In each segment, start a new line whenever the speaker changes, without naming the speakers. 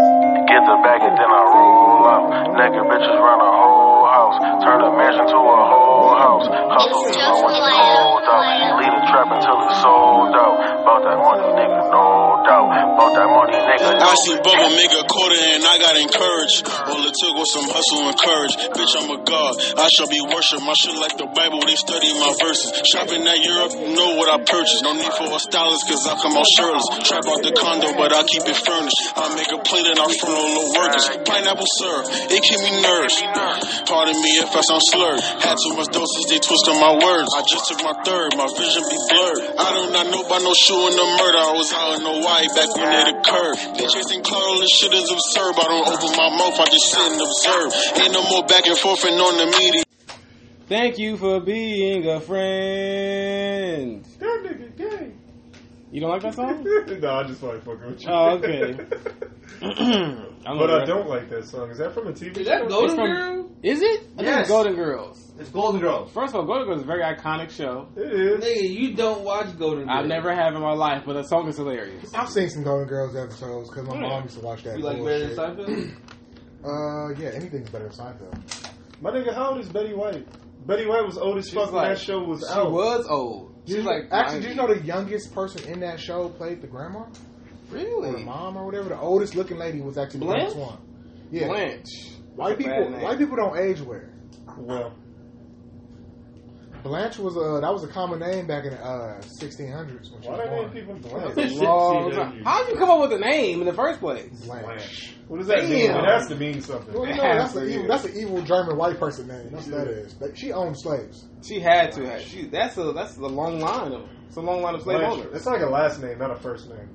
hit the back and then I roll up. Naked bitches run a whole house. Turn a mansion to a whole house. Hustle
It's
even when
just
you
like-
sold out. Lead a trap until it's sold out. Bought that money, nigga, no doubt. Bought that money, nigga, no
I see Bubba make a quarter and I got encouraged. All it took was some hustle and courage. Bitch, I'm a god. I shall be worshipped. My shit like the Bible, they study my verses. Shopping at Europe, you know what I purchased. No need for a stylist, cause I come out shirtless. Trap out the condo, but I keep it furnished. I make a plate and I front all the workers. Pineapple syrup, it keep me nervous. Pardon me if I sound slurred. Had too much doses, they twisted my words. I just took my third, my vision be blurred. I do not know about no shooting the murder. I was out in Hawaii back when it occurred. They chasing clout, all this shit is absurd. I don't open my mouth, I just sit and observe. Ain't no more back and forth and on the media.
Thank you for being a friend.
That nigga gay.
You don't like that song?
no, I just like fucking with you.
Oh, okay. I'm
but
gonna-
I don't like that song. Is that from a TV
Is
show?
that Golden
from-
Girl?
Is it? I think it's
Yes.
Golden Girls.
It's Golden Girl.
First of all, Golden Girls is a very iconic show.
It is.
Nigga, you don't watch Golden Girl.
I've never have in my life, but the song is hilarious.
I've seen some Golden Girls episodes because my
Yeah.
mom used to watch that.
You like better
bullshit.
than Seinfeld?
Uh, yeah, anything's better than Seinfeld.
My nigga, how old is Betty White? Betty White was old as fuck when
like-
that show was
She
out.
was old. She's like
actually, do you know the youngest person in that show played the grandma or the
really
mom or whatever? The oldest looking lady was actually the
Blanche?
youngest one. Yeah,
Blanche?
white
That's a bad
people.
name.
White people don't age well.
Well,
Blanche was a that was a common name back in the uh, 1600s when she
why they name
was born.
people
That's
Blanche?
a long
She
time.
named
How did you come up with the name in the first place?
Blanche.
Blanche. What does that mean?
Damn.
It has to mean something.
Well, you know,
Yeah,
that's,
so
an evil,
yeah.
that's an evil German white person name. That's what that is. Like, she owned slaves.
She had to. Have. She that's a that's a long line of it's a long line of slave
Blanche.
owners.
It's like a last name, not a first name.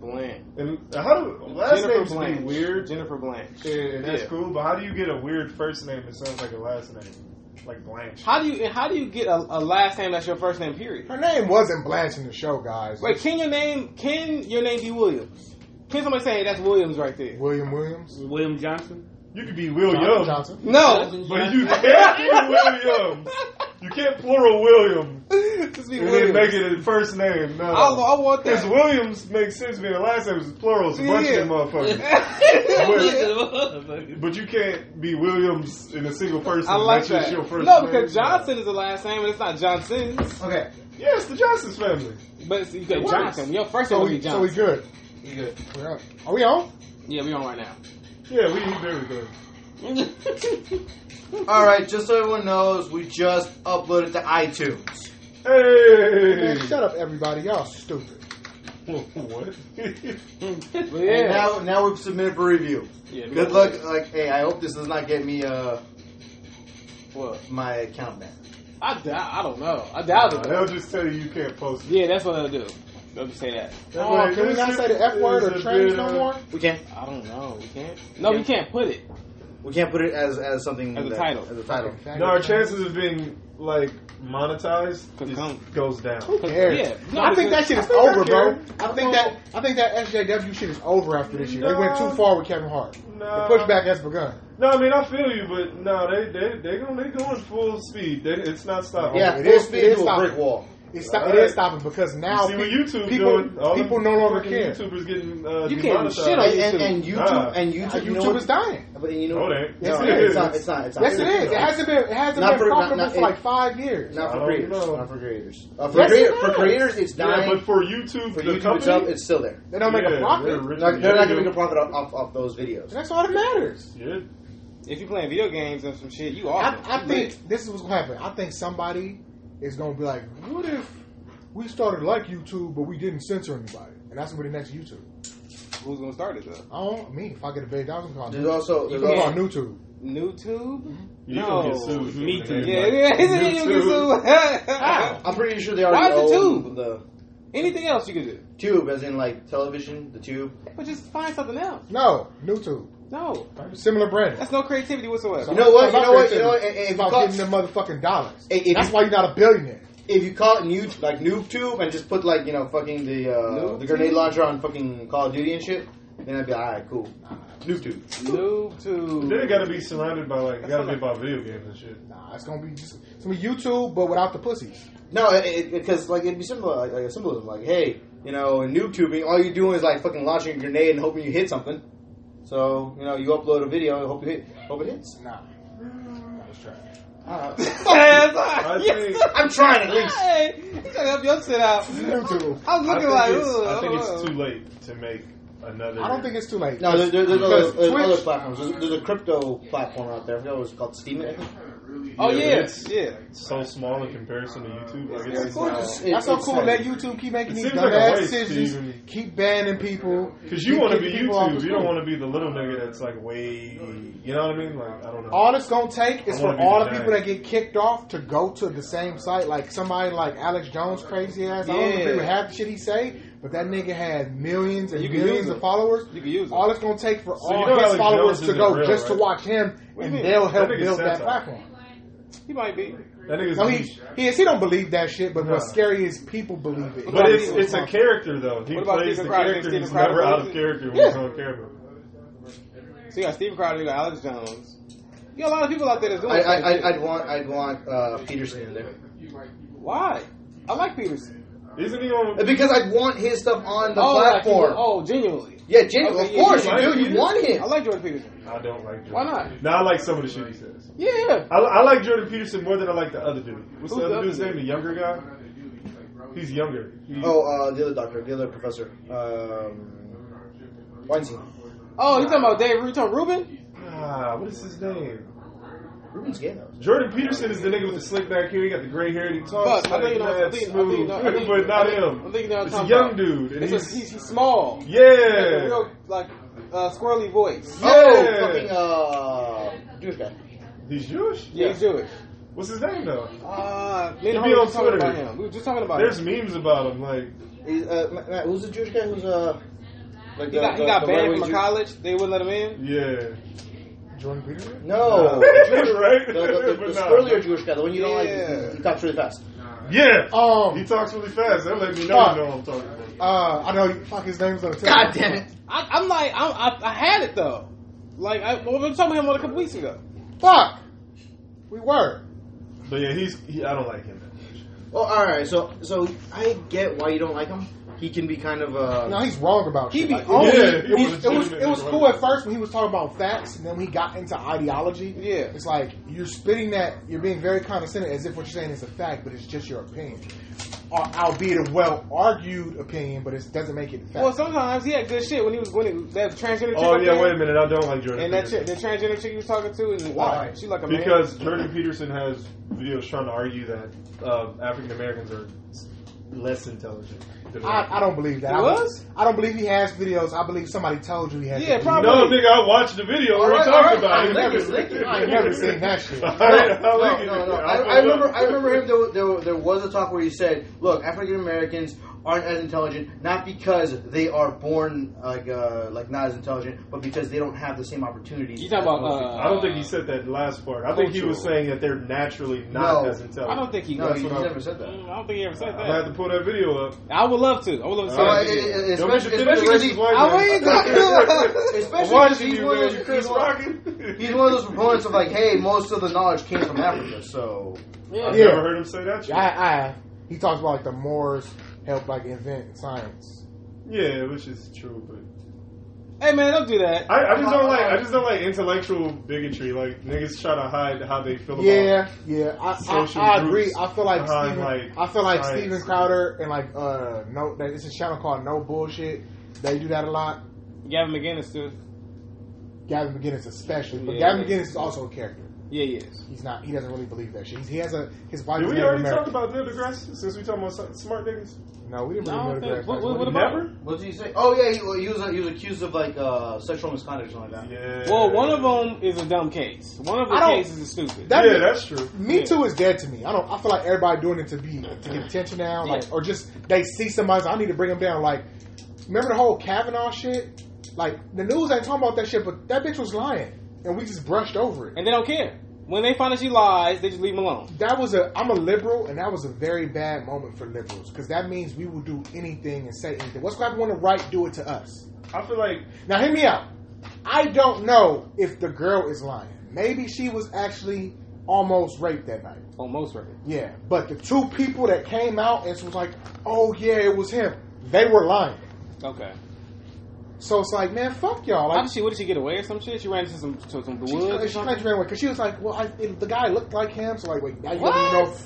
Blanche.
And how do last
Jennifer
names
Blanche.
be weird?
Jennifer Blanche.
Yeah, and that's
Yeah.
cool. But how do you get a weird first name that sounds like a last name, like Blanche?
How do you and how do you get a, a last name that's your first name? Period.
Her name wasn't Blanche in the show, guys.
Wait, can your name can your name be Williams? Can somebody say hey, that's Williams right there?
William Williams.
William Johnson.
You could be Will
Johnson.
Young,
Johnson.
No,
but you can't be Williams. You can't plural William
just be
and then
Williams.
make it a first name. No.
I, I want
Because
that.
Williams makes sense being a last name is plural. It's a bunch
Yeah.
of them motherfuckers. But- But you can't be Williams in a single person.
I like
That's
that.
just your first
No,
name.
because Johnson is the last name, and it's not Johnson's.
Okay,
Yeah, it's the Johnson's family.
But it's, you got
works.
Johnson. Your first name
so
would be
we so we
Johnson.
good.
You good.
We're up. Are we on?
Yeah, we on right now.
Yeah, we eat very good.
All right, just so everyone knows, we just uploaded to iTunes.
Man,
Hey!
shut up, everybody. Y'all stupid.
what?
But
And
yeah,
now, now we've submitted for review.
yeah we
Good
got-
luck. Like, hey, I hope this does not get me uh
What?
my account back. I
I, I don't know. I doubt it.
They'll just tell you you can't post it.
Yeah, that's what they'll do. They'll just say that.
That's
Oh,
like,
can we
this
not say
is
the F word
a
or trans
bit, uh,
no more?
We can't.
I don't know. We can't. No, we can't put it.
We can't put it as as something
As a
that-
title.
As a title.
No, our chances of being like monetized
Could
is-
come.
goes down.
Who cares?
Yeah. No,
I think
because-
that shit is
I think I
over, bro.
care.
I think that I think that SJW shit is over after this year. They went
No.
too far with Kevin Hart.
No.
The pushback has begun.
No, I mean I feel you, but no, they they they going they going full speed. They, it's not stopping.
Yeah,
It
full
is- it
speed
is
into a
stopping.
brick wall.
It's sto-
All
It
right.
is stopping because
you see
now pe-
what YouTube
people
doing. All
people
them
no longer
fucking
care.
YouTubers getting uh,
You can't do shit
demonetized.
on
And, and, and YouTube
Nah.
and YouTube,
YouTube,
you know what-
is dying.
But you know
No,
what?
it ain't.
Yes,
No,
it
it's
is.
not. It's not. It's not.
Yes, it is. It hasn't been it hasn't
Not
been
for- not-
profitable
not-
for like five years.
Not
I
for
don't
creators.
know.
Not for creators. Uh, for,
Yes,
creator,
it
for
is.
creators, it's
Yeah,
dying.
but for YouTube,
for
the
YouTube
company,
itself, it's still there.
They don't make
Yeah,
a
they're
profit.
rich
Like,
as
they're not
hell.
going to make a profit off, off, off those videos.
That's all that matters.
Yeah.
If you're playing video games and some shit, you are.
I, I think this is what's gonna happen. I think somebody is gonna be like, "What if we started like YouTube, but we didn't censor anybody?" And that's gonna be the next YouTube.
who's gonna start it though?
I don't I mean if I get a billion dollars, I'm gonna
There's
call it
also there's
I'm gonna
also
call it YouTube.
NewTube.
You
No.
can get sued.
Me too.
Yeah, yeah. Isn't it you can sue?
I'm pretty sure they
Why
already
is it
own
tube?
the
Anything else you could do?
tube, as in like television, the tube.
But just find something else.
No, YouTube.
No,
Similar brand.
that's no creativity whatsoever.
You know what?
It's
You
about
know what? You know what?
creativity.
And- and
It's
if
about
you call-
getting the motherfucking dollars.
If- if
That's
you-
why you're not a billionaire.
If you call it new, like noob tube, and just put like you know fucking the uh,
Noob
the grenade
tube?
launcher on fucking Call of Duty and shit, then I'd be like, all right, cool. Noob tube.
NewTube.
Then it gotta be surrounded by like, it gotta be about video games and shit.
Nah, it's gonna be just it's gonna be YouTube, but without the pussies.
No, because like it'd be simple, like, like a symbolism, like hey, you know, in noob tubing, all you're doing is like fucking launching a grenade and hoping you hit something. So you know, you upload a video. Hope it hit, hope it hits.
Nah. Nah, it's trash.
That's
I
all.
think
I'm trying at least.
Hey, you gotta help your shit out.
YouTube.
I was
I
looking
think,
like,
it's,
ooh,
I think
ooh.
it's too late to make another.
I don't think it's too late.
No, there, there, there's,
Because
other, there's
Twitch-
other platforms. There's, there's a crypto platform out there. I forgot what it's called. Steam. I think.
Oh
Yeah,
yeah,
it's-
yeah.
so small in comparison to YouTube. Like it's
Of course.
It-
That's so
it's
cool.
like-
Let YouTube keep making
It
these
seems like a
dumbass
waste,
decisions.
Steven.
Keep banning people.
Because you want to be
Keep people off the
YouTube, you don't
screen.
want to be the little nigga that's like way, you know what I mean? Like I don't know.
All it's gonna take is
I
for
wanna be
all the
the
people
giant.
that get kicked off to go to the same site, like somebody like Alex Jones, crazy ass. I don't
Yeah.
agree with half the shit he say, but that nigga had millions and
You can use
millions of
it.
followers.
You can use it.
All it's gonna take for
you
all
know
his
Alex
followers
Jones
to
isn't
go
real,
just to
right?
watch him,
What do
and
you mean?
they'll
That
help
nigga's
build that
satire.
platform.
He might be.
that nigga's
No,
no,
he he is. He don't believe that shit, but
No.
what's scary is people believe it.
but it's it's a character though. He
What about
plays
Steven
the
Crowder?
character.
Steven
He's
Crowder
never out of
plays it?
character when
Yeah.
he's on camera.
So you got Steve Crowder, you got Alex Jones. You got a lot of people out there that's doing
I,
that
I,
shit.
I, I'd want I'd want uh, Peterson in there
Why? I like Peterson.
Isn't he on?
because I'd want his stuff on the
oh, like
platform.
people- oh, genuinely.
Yeah, Jim,
Okay,
of
yeah,
course
you
like
you do.
Peterson?
You want
I
him.
like Jordan Peterson.
I don't like. Jordan.
Why not?
No, I like some of the shit he says.
Yeah.
I, I like Jordan Peterson more than I like the other dude.
Who's
What's the
the
other
other
dude's
dude?
name? The younger guy. He's younger. He-
Oh, uh, the other doctor, the other professor, um, Weinstein.
Oh, you talking about Dave you talking Rubin?
Ah, what is his name?
Ruben's gay though.
Jordan Peterson is the nigga with the slick back hair. He got the gray hair and he talks.
Fuck, I
like
think you know. I
mad
think, I
Oh, smooth.
think, you know- I think,
but not
I think,
him.
I think you know what I'm
it's a
talking
young
about.
dude. And
It's
he's,
a, he's, he's small. Like a
yeah.
real like uh, squirrely voice.
Yeah.
Oh, fucking uh, Jewish guy.
He's Jewish?
Yeah, he's Jewish.
What's his name, though?
Uh, me
He
and
be
homie
on
was talking about
Twitter.
him. We were just talking about
There's
him.
memes about him. Like,
He's, uh, Matt, Matt, who's the Jewish guy who's uh, like
He got, he got banned from a college. They wouldn't let him in.
yeah.
Jordan Peterson.
No,
Right?
The, the, the,
But
the
nah.
squirrelier Jewish guy, the one you don't
Yeah.
like, he, he talks really fast.
Yeah. he
Um,
talks really fast. That let me know
Fuck.
you know what I'm talking about.
uh, I know. Fuck his name's on the tip.
God damn it!
I, I'm like, I, I, I had it though. Like, I, well, we were talking about him a couple weeks ago.
Fuck. We were.
But yeah, he's. He, I don't like him. that much.
Well, all right. So, so I get why you don't like him. He can be kind of uh,
No, he's wrong about
He
shit.
be
Like,
on
it,
Yeah,
was-
he
it was,
was
it was it was
legitimate.
cool at first when he was talking about facts, and then we got into ideology.
Yeah.
it's like you're spitting that you're being very condescending, as if what you're saying is a fact, but it's just your opinion, Al- albeit a well argued opinion, but it doesn't make it fact.
Well, sometimes he had good shit when he was when he, that transgender chick.
Oh,
up
yeah,
there,
wait a minute. I don't like Jordan
And that
Peterson.
chick, the transgender chick he was talking to, and
Why?
uh, she like a man.
Because Jordan Peterson has videos trying to argue that uh, African Americans are less intelligent. Than
Ah,
I, I don't believe that.
He
I don't-
was?
I don't believe he has videos. I believe somebody told you he has.
Yeah,
videos.
probably.
No, nigga, I watched the video.
All
We're
right,
talking
all right.
about
I
it.
ain't never seen-
I ain't never seen that shit.
All
No,
right, I like
no,
it.
no, no.
I'll
I,
put
I
it
remember.
up.
I remember him. There, there, there was a talk where he said, "Look, African Americans aren't as intelligent, not because they are born like uh, like not as intelligent, but because they don't have the same opportunities."
you talking about? Uh,
I don't think he said that last part. I think he was
cultural.
saying that they're naturally not
No.
as intelligent.
I don't think he.
no,
that's
he
what I-
never said that.
Mm, I don't think he ever said
I had
that.
to pull that video up.
I would love to. I would love to.
So,
see
uh,
Alright.
that
it-
video.
it-
Don't
especially
mention Fitty the
because he-
racist white
I
man.
ain't talking about-
especially
Why
because
should
he's
you,
one of
man?
those-
You Chris
he's one-
Rockin'?
He's one of those proponents of like, hey, most of the knowledge came from Africa, so
I've
Yeah.
Yeah.
never heard him say that shit.
I, I he talks about like the Moors helped like invent science.
Yeah, which is true, but
Hey man, don't do that.
I, I just don't like. I just don't like intellectual bigotry. Like niggas try to hide how they feel about.
Yeah, yeah, I,
Social
I, I agree.
groups
I feel like
behind,
Steven,
like,
I feel like
science.
Steven Crowder and like uh no, that it's a channel called No Bullshit. They do that a lot.
Gavin McGinnis too.
Gavin McGinnis especially, but
Yeah.
Gavin McGinnis is also a character.
Yeah, he is.
He's not. He doesn't really believe that shit. He's, he has a his wife.
Did
is
we
Native
already
American.
talk about Neil deGrasse since we talking about so- smart niggas?
No, we didn't really
No,
know the
okay.
grass.
What- what-
What
what
do you-
about-
Never.
What did he say? Oh yeah, he, well, he was he was accused of like uh, sexual misconduct or something like that.
Yeah.
Well, one of them is a dumb case. One of the
I don't-
cases is stupid.
That-
yeah, that's true.
Me too is dead to me. I don't. I feel like everybody doing it to be to get attention now, like
Yeah.
or just they see somebody. so I need to bring them down. Like, remember the whole Kavanaugh shit? Like the news ain't talking about that shit, but that bitch was lying, and we just brushed over it.
and they don't care. When they find out she lies, they just leave him alone.
That was a. I'm a liberal, and that was a very bad moment for liberals because that means we will do anything and say anything. What's going to happen when the right do it to us?
I feel like
Now, hear me out. I don't know if the girl is lying. Maybe she was actually almost raped that night.
On most records.
Yeah, but the two people that came out and was like, "Oh yeah, it was him," they were lying.
Okay.
So it's like, man, fuck y'all.
How
Like,
did she? What did she get away or some shit? She ran into some to some woods.
she,
or
she kind
something?
of ran away because she was like, well, I, it, the guy looked like him, so like, wait, now you
What?
don't even know.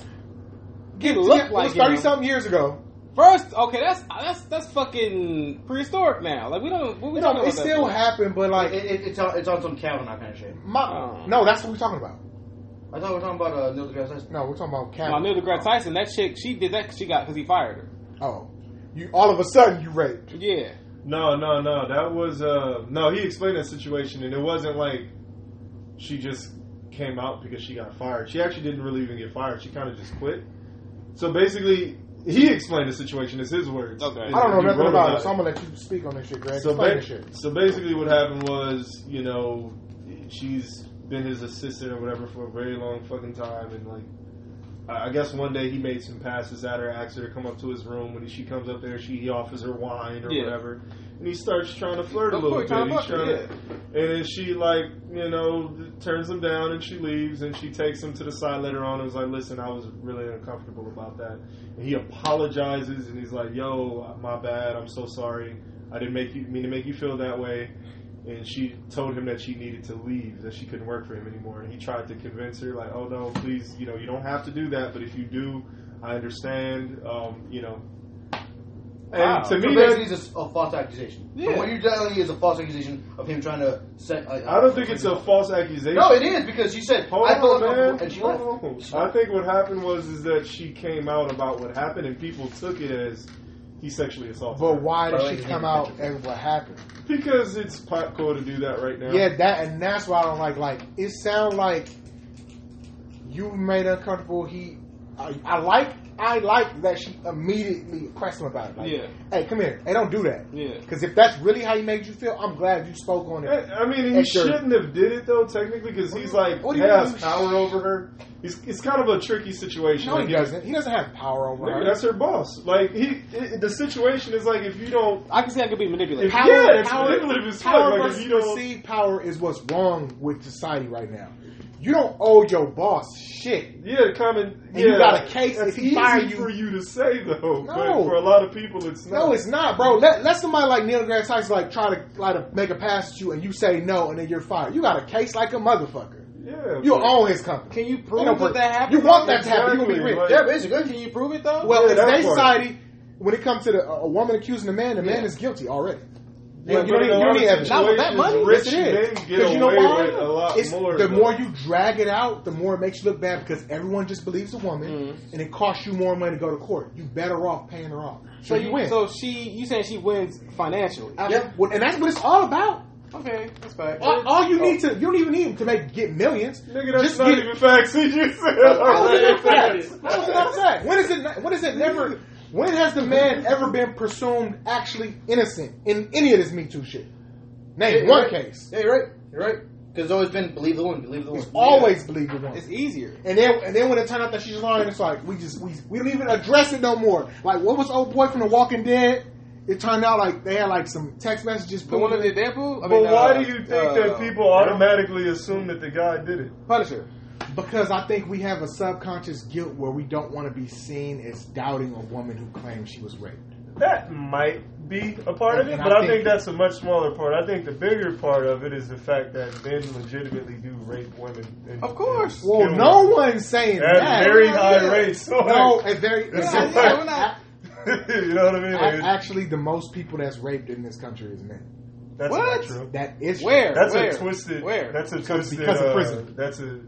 Get
Yeah,
looked
it
like
was
you know.
thirty something years ago.
First, okay, that's that's that's fucking prehistoric now. Like we don't. What we
You
talking
know,
about?
it still
that
happened, but like,
It, it, it's, on, it's on some Kavanaugh kind of shit.
my
Oh.
no, that's what we're talking about.
I thought we were talking about uh, Neil deGrasse Tyson.
No, we're talking about
for?
Kavanaugh.
Well, Neil deGrasse Tyson, that chick, she did that. 'cause She got because he fired her.
Oh, you all of a sudden you raped.
Yeah.
No, no, no. That was uh no. He explained that situation, and it wasn't like she just came out because she got fired. She actually didn't really even get fired. She kind of just quit. So basically, he explained the situation. It's his words.
Okay.
And
I don't know
you
nothing
wrote
about it, so I'm gonna let you speak on this shit, Greg.
so,
Explain
ba-
this shit.
so basically, what happened was, you know, she's been his assistant or whatever for a very long fucking time, and like, I I guess one day he made some passes at her, asked her to come up to his room. When she comes up there, she he offers her wine or
Yeah.
whatever, and he starts trying to flirt a
Of
little
course,
bit.
trying to
He's
fuck her,
trying to- and then she like, you know, turns him down and she leaves, and she takes him to the side later on and was like, "Listen, I was really uncomfortable about that." And he apologizes and he's like, "Yo, my bad. I'm so sorry. I didn't make you mean to make you feel that way." And she told him that she needed to leave, that she couldn't work for him anymore. And he tried to convince her, like, "Oh no, please, you know, you don't have to do that, but if you do, I understand, um, you know." And
Wow.
to
So
me, that,
basically, it's a, s- a false accusation.
Yeah.
From what you're telling me is a false accusation of him trying to set. I
I don't think it's a false accusation.
No, it is because she said
Hold
I
on,
thought
man.
and she left.
Hold on. I think what happened was is that she came out about what happened, and people took it as he sexually assaulted.
But
her.
why
By the way,
did she
he
come
didn't
out
mention
and what happened?
Because it's pop core to do that right now.
Yeah, that and that's why I don't like. Like it sound like you made her uncomfortable. He, I, I like, I like that she immediately pressed him about it. Like,
Yeah.
Hey, come here. Hey, don't do that.
Yeah.
Because if that's really how you made you feel, I'm glad you spoke on it.
I I mean, he
And sure.
shouldn't have did it though, technically, because he's like
What
he
do you
has
mean?
power over her. He's, it's kind of a tricky situation.
No,
Like,
he
if-
doesn't. He doesn't have power over
Nigga,
her.
that's her boss. Like he, it, the situation is like if you don't,
I can see I could be manipulated.
if, yeah, it's manipulative as fuck.
Power
Like if
versus
you don't,
perceived power is what's wrong with society right now. You don't owe your boss shit.
Yeah, common.
And
Yeah,
you got a case
That's
if he
easy
fire you-
for you to say though, but
No.
for a lot of people, it's not.
No, it's not, bro. Let, let somebody like Neil deGrasse Tyson like try to like to make a pass at you, and you say no, and then you're fired. You got a case like a motherfucker.
Yeah,
You
but-
own his company.
Can you prove
Ain't no
that
per-
that happened?
You want that to happen? You gonna
Exactly,
be
like-
rich?
Yeah, basically.
Can you prove it though?
Well,
Yeah,
in
that
today's
part.
society, when it comes to the, a woman accusing a man, the man is guilty already.
Yeah, but
you
in
don't need,
a
you
lot
don't need
of
evidence.
Not with that money.
situations, rich
Yes, it is.
men get
'Cause you know
away
why?
with a lot
It's-
more,
The
though.
more you drag it out, the more it makes you look bad because everyone just believes a woman, and it costs you more money to go to court. You better off paying her off. So,
so
you win.
Mm-hmm. So she, you saying she wins financially?
I- well, and that's what it's all about.
Okay, that's fact.
All, all you need to, you don't even need to make get millions.
Nigga, that's
Just
not
get-
even facts. You just said
How is it
alright,
not
facts.
fact? How is it not fact? When is it? Not, when is it never? When has the man ever been presumed actually innocent in any of this Me Too shit? Name
Yeah,
one
right.
case.
Yeah, you're right. You're right. Because it's always been believe the woman, believe the woman.
It's always believed the
It's e-
one.
easier.
And then, and then when it turned out that she's lying, it's like we just we, we don't even address it no more. Like what was old boy from The Walking Dead? It turned out like they had like some text messages.
The one that
proving-
did that, boo? I
But
mean, uh,
why do you think
uh,
that people automatically assume that the guy did it?
Punisher?
Because I think we have a subconscious guilt where we don't want to be seen as doubting a woman who claims she was raped.
That might be a part of
And-
it,
and
but
I
I
think-
think, that's a much smaller part. I think the bigger part of it is the fact that men legitimately do rape women. and-
Of course.
and
Well,
kill
no
them.
one's saying
At
that.
very
Yeah,
high
yeah.
rates.
No, at very.
Yeah,
it's-
yeah,
it's-
we're not-
you know what I mean?
a-
Like,
a- actually, the most people that's raped in this country is men.
that's
What?
not true.
That is true.
Where?
That's
Where?
a twisted.
Where?
That's a
Because-
twisted.
because of
uh,
prison.
That's a.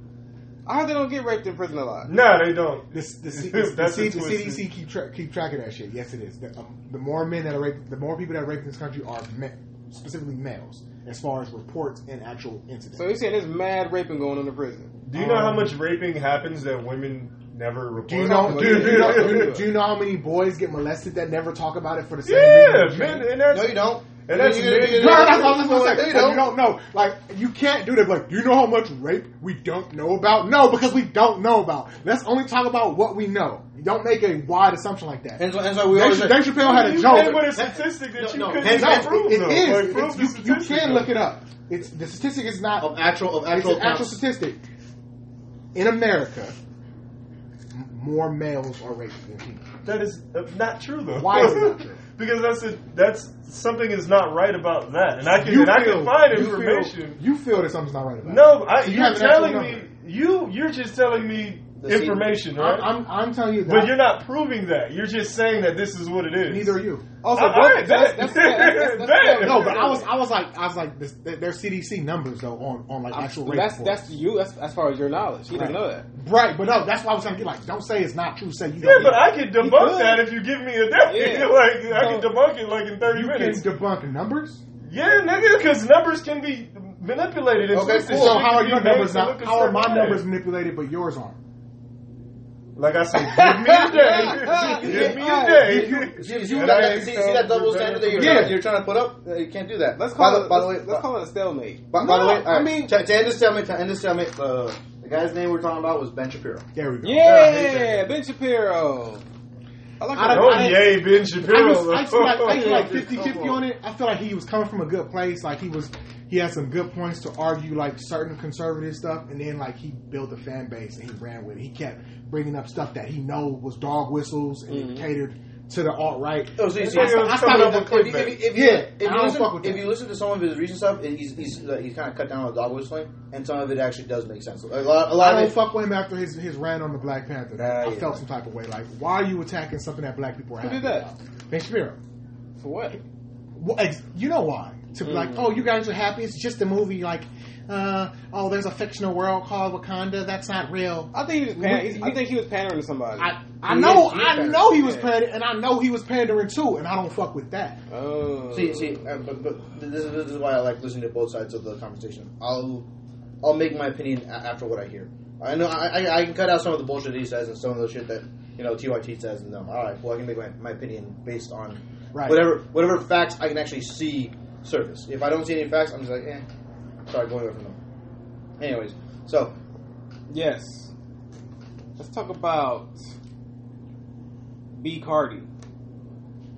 I heard they don't get raped in prison a lot.
No, they don't.
The, the, C- the,
That's
C-
a
the
twisted-
CDC keep tra- keep track of that shit. Yes, it is. The, um, the more men that are raped, the more people that are raped in this country are men, specifically males, as far as reports and actual incidents.
So you saying there's mad raping going on in prison?
Do you know how
Um,
much raping happens that women never report?
do you know? Do,
Dude,
do you know do,
dude.
do you know how many boys get molested that never talk about it for the same
Yeah,
reason?
man, and that's
No, you don't.
And that's
You- you- you-
big.
No, that's what I'm
No,
supposed to
no,
say.
you
You
don't.
don't. know. Like, you can't do that. Like, do you know how much rape we don't know about? No, because we don't know about. Let's only talk about what we know. You don't make a wide assumption like that.
And so, and so we
Dave,
always.
Dave Chappelle had a
you
joke.
came with a statistic that
No,
you
no,
couldn't
and
even
that-
prove.
It
though.
is.
Like,
It's-
prove the
you, you
statistic,
can
though.
look it up. It's the statistic is not
of actual of
it's
actual
an actual
counts.
statistic. In America, m- more males are raped than females.
That is uh, not true, though.
Why is it not true?
because that's a, that's something is not right about that, and I can
You
and I can
feel-
find
you feel-
information.
You feel that something's not right about. it.
No, I,
You
you're
have an actual
telling me
number.
you you're just telling me
The same-
information, right?
I'm, I'm I'm telling you that.
but you're not proving that. You're just saying that this is what it is.
Neither are you. Oh,
Also,
All right,
that's, that's,
bet.
that's, that's, that's, that's,
Bet.
No, but I was I was like I was like this, their CDC numbers though on on like actual rape
that's,
reports.
that's you. That's as far as your knowledge. He didn't
Right.
know that.
Right, but no, that's why I was trying to get like, don't say it's not true. Say you.
Yeah,
don't
but
get-
I can
could.
debunk that if you give me a depth.
Yeah.
like I can
So-
debunk it like in thirty
you
minutes.
can debunk numbers.
yeah, nigga, because numbers can be manipulated. And
Okay,
twisted.
cool.
So
Shit
how
can
are
be
your
made
numbers
to
not?
look a
How are
certain
my
way.
numbers manipulated, but yours aren't?
Like I said, give me a day. give me a
If you,
day.
if you
And
got
I
that,
ain't
see, see
so
that double
prepared
standard that you're,
for that.
you're trying to put up? Uh, You can't do that.
Let's call
by
it.
the, by the way, uh,
let's, let's call it a stalemate.
by, by the
No,
way, all right,
I mean,
to, to end this segment, to end this segment, uh, the guy's name we're talking about was Ben Shapiro.
There we go.
I hate
yeah,
that.
Ben Shapiro. I like
I
that.
don't-
Oh, yay, Ben Shapiro.
I just, I just feel like, I feel like
Oh. Come
50 50
on.
on it. I feel like he was coming from a good place. Like he was, he had some good points to argue, like certain conservative stuff, and then like he built a fan base and he ran with it. He kept bringing up stuff that he know was dog whistles and it catered to the alt right.
Oh, so you
This
see,
nigga
I- I
was
thought
coming
it
up
was-
with
if, you-
clickbait.
if, you- if, you-
Yeah,
if you
I don't
listen,
fuck with
if
that.
you listen to some of his recent stuff, and he's he's uh, he's kind of cut down on dog whistling, and some of it actually does make sense. Like, a lot, a
I
lot
don't
of it,
fuck with him after his, his rant on the Black Panther.
Ah,
I
yeah.
felt some type of way. Like, why are you attacking something that black people are
Who
happy
did that?
about? Ben Shapiro.
For what?
Well, ex- you know why? To be like, oh, you guys are happy. It's just a movie. Like, uh, oh, there's a fictional world called Wakanda. That's not real.
I think he was.
We-
Pan-
we-
I think he was pandering to somebody.
I, I
He
know,
is- he is
I
pandering.
know he was
Yeah.
pandering, and I know he was pandering too, and I don't fuck with that.
oh,
see, see, uh, but, but this, is, this is why I like listening to both sides of the conversation. I'll I'll make my opinion a- after what I hear. I know I, I, I can cut out some of the bullshit that he says and some of the shit that you know TYT says and them. All right, well I can make my, my opinion based on
Right.
whatever whatever facts I can actually see surface. If I don't see any facts, I'm just like, eh, sorry, going away from them. Anyways, so
Yes. Let's talk about B Cardi.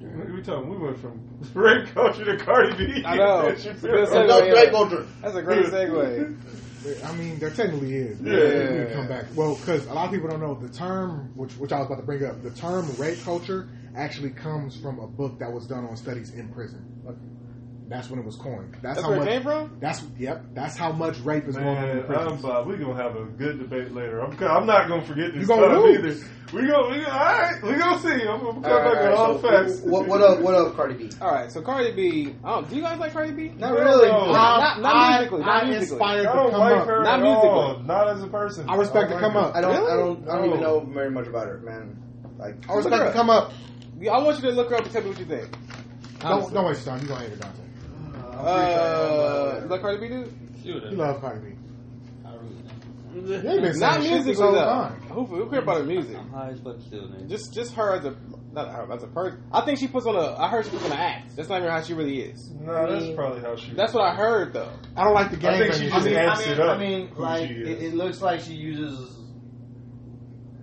What are we talking? We went from rape culture to Cardi B.
I know.
Ben Shapiro.
It's been so-
No,
yeah.
great culture.
That's a great segue.
I mean, there technically is.
Yeah.
We can come back. Well, because a lot of people don't know the term, which which I was about to bring up. The term rape culture actually comes from a book that was done on studies in prison. That's when it was coined. That's,
That's
how
where it
much.
came from?
That's yep. That's how much rape is going on in
Man, uh, I'm
prisons.
Bob. We're gonna have a good debate later. I'm, I'm not gonna forget this
You gonna
time
lose.
either. We gonna, we gonna, all right, we gonna see. I'm gonna come
All right,
back with
all
all
right,
the
so
facts.
What, what up? What up, Cardi B?
All right, so Cardi B. Oh, do you guys like Cardi B?
Not really.
no.
Not- not- not
I-
musically, not
I
musically.
I
inspired to
don't
come
like
up.
her
Not
at all.
musically.
Not as a person.
I respect
don't
to come
like
up.
I don't.
Really?
I don't. I don't even
No.
know very much about her, man. Like,
I was
Look
about
her
to
up.
come up.
Yeah, I want you to look her up and tell me what you think.
Don't, don't waste your time. You gonna hate her, Dante.
Uh, you like Cardi B, dude?
You love Cardi B. You ain't been saying
Not
shit
musically
this whole
though.
time.
Who, who care about her music?
I'm high as fuck still, man.
Just, just her as a, not her as a person. I think she puts on a. I heard she puts on an act. That's not even how she really is.
No, that's probably how she.
That's what I heard though.
I don't like the game.
I think she
and-
just
I mean,
amps it up.
I mean,
who
like,
she
it,
is.
it looks like she uses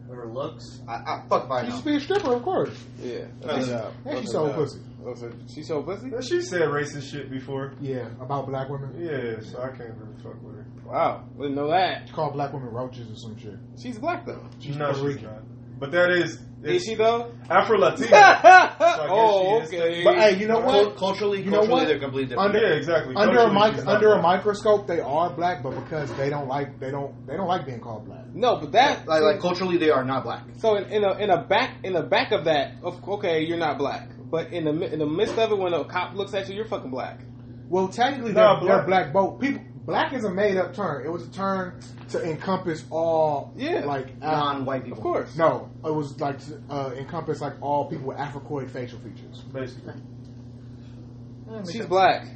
her looks. I, I fuck if I
she
know.
should be a stripper, of course.
Yeah.
And she- and she sold pussy.
Oh, so she so pussy.
She said racist shit before.
Yeah, about black women.
Yeah, so I can't really fuck with her.
Wow, didn't know that.
She called black women roaches or some shit.
She's black though.
She's
no,
Puerto
she's
Rican.
not. But that is
Is
it's
she though?
Afro Latina.
oh,
she is
okay.
But hey, you know
Cul-
what?
Culturally,
You know
culturally,
what?
they're completely different.
Under-
yeah, exactly.
Under a
Culturally,
mic,
she's not
under a
black.
microscope, they are black, but because they don't like, they don't, they don't like being called black.
no, but that
like, like, culturally, they are not black.
so in, in a in a back in the back of that. Of, okay, you're not black, but in the mi- in the midst of it, when a cop looks at you, you're fucking black.
Well, technically,
Nah,
they're, they're
black-
black both people. Black is a made up term. It was a term to encompass all,
Yeah.
like
Ah.
Af-
Non-white people.
Of course.
No, it was like to uh, encompass like all people with Afrocoid facial features.
Basically,
she's black.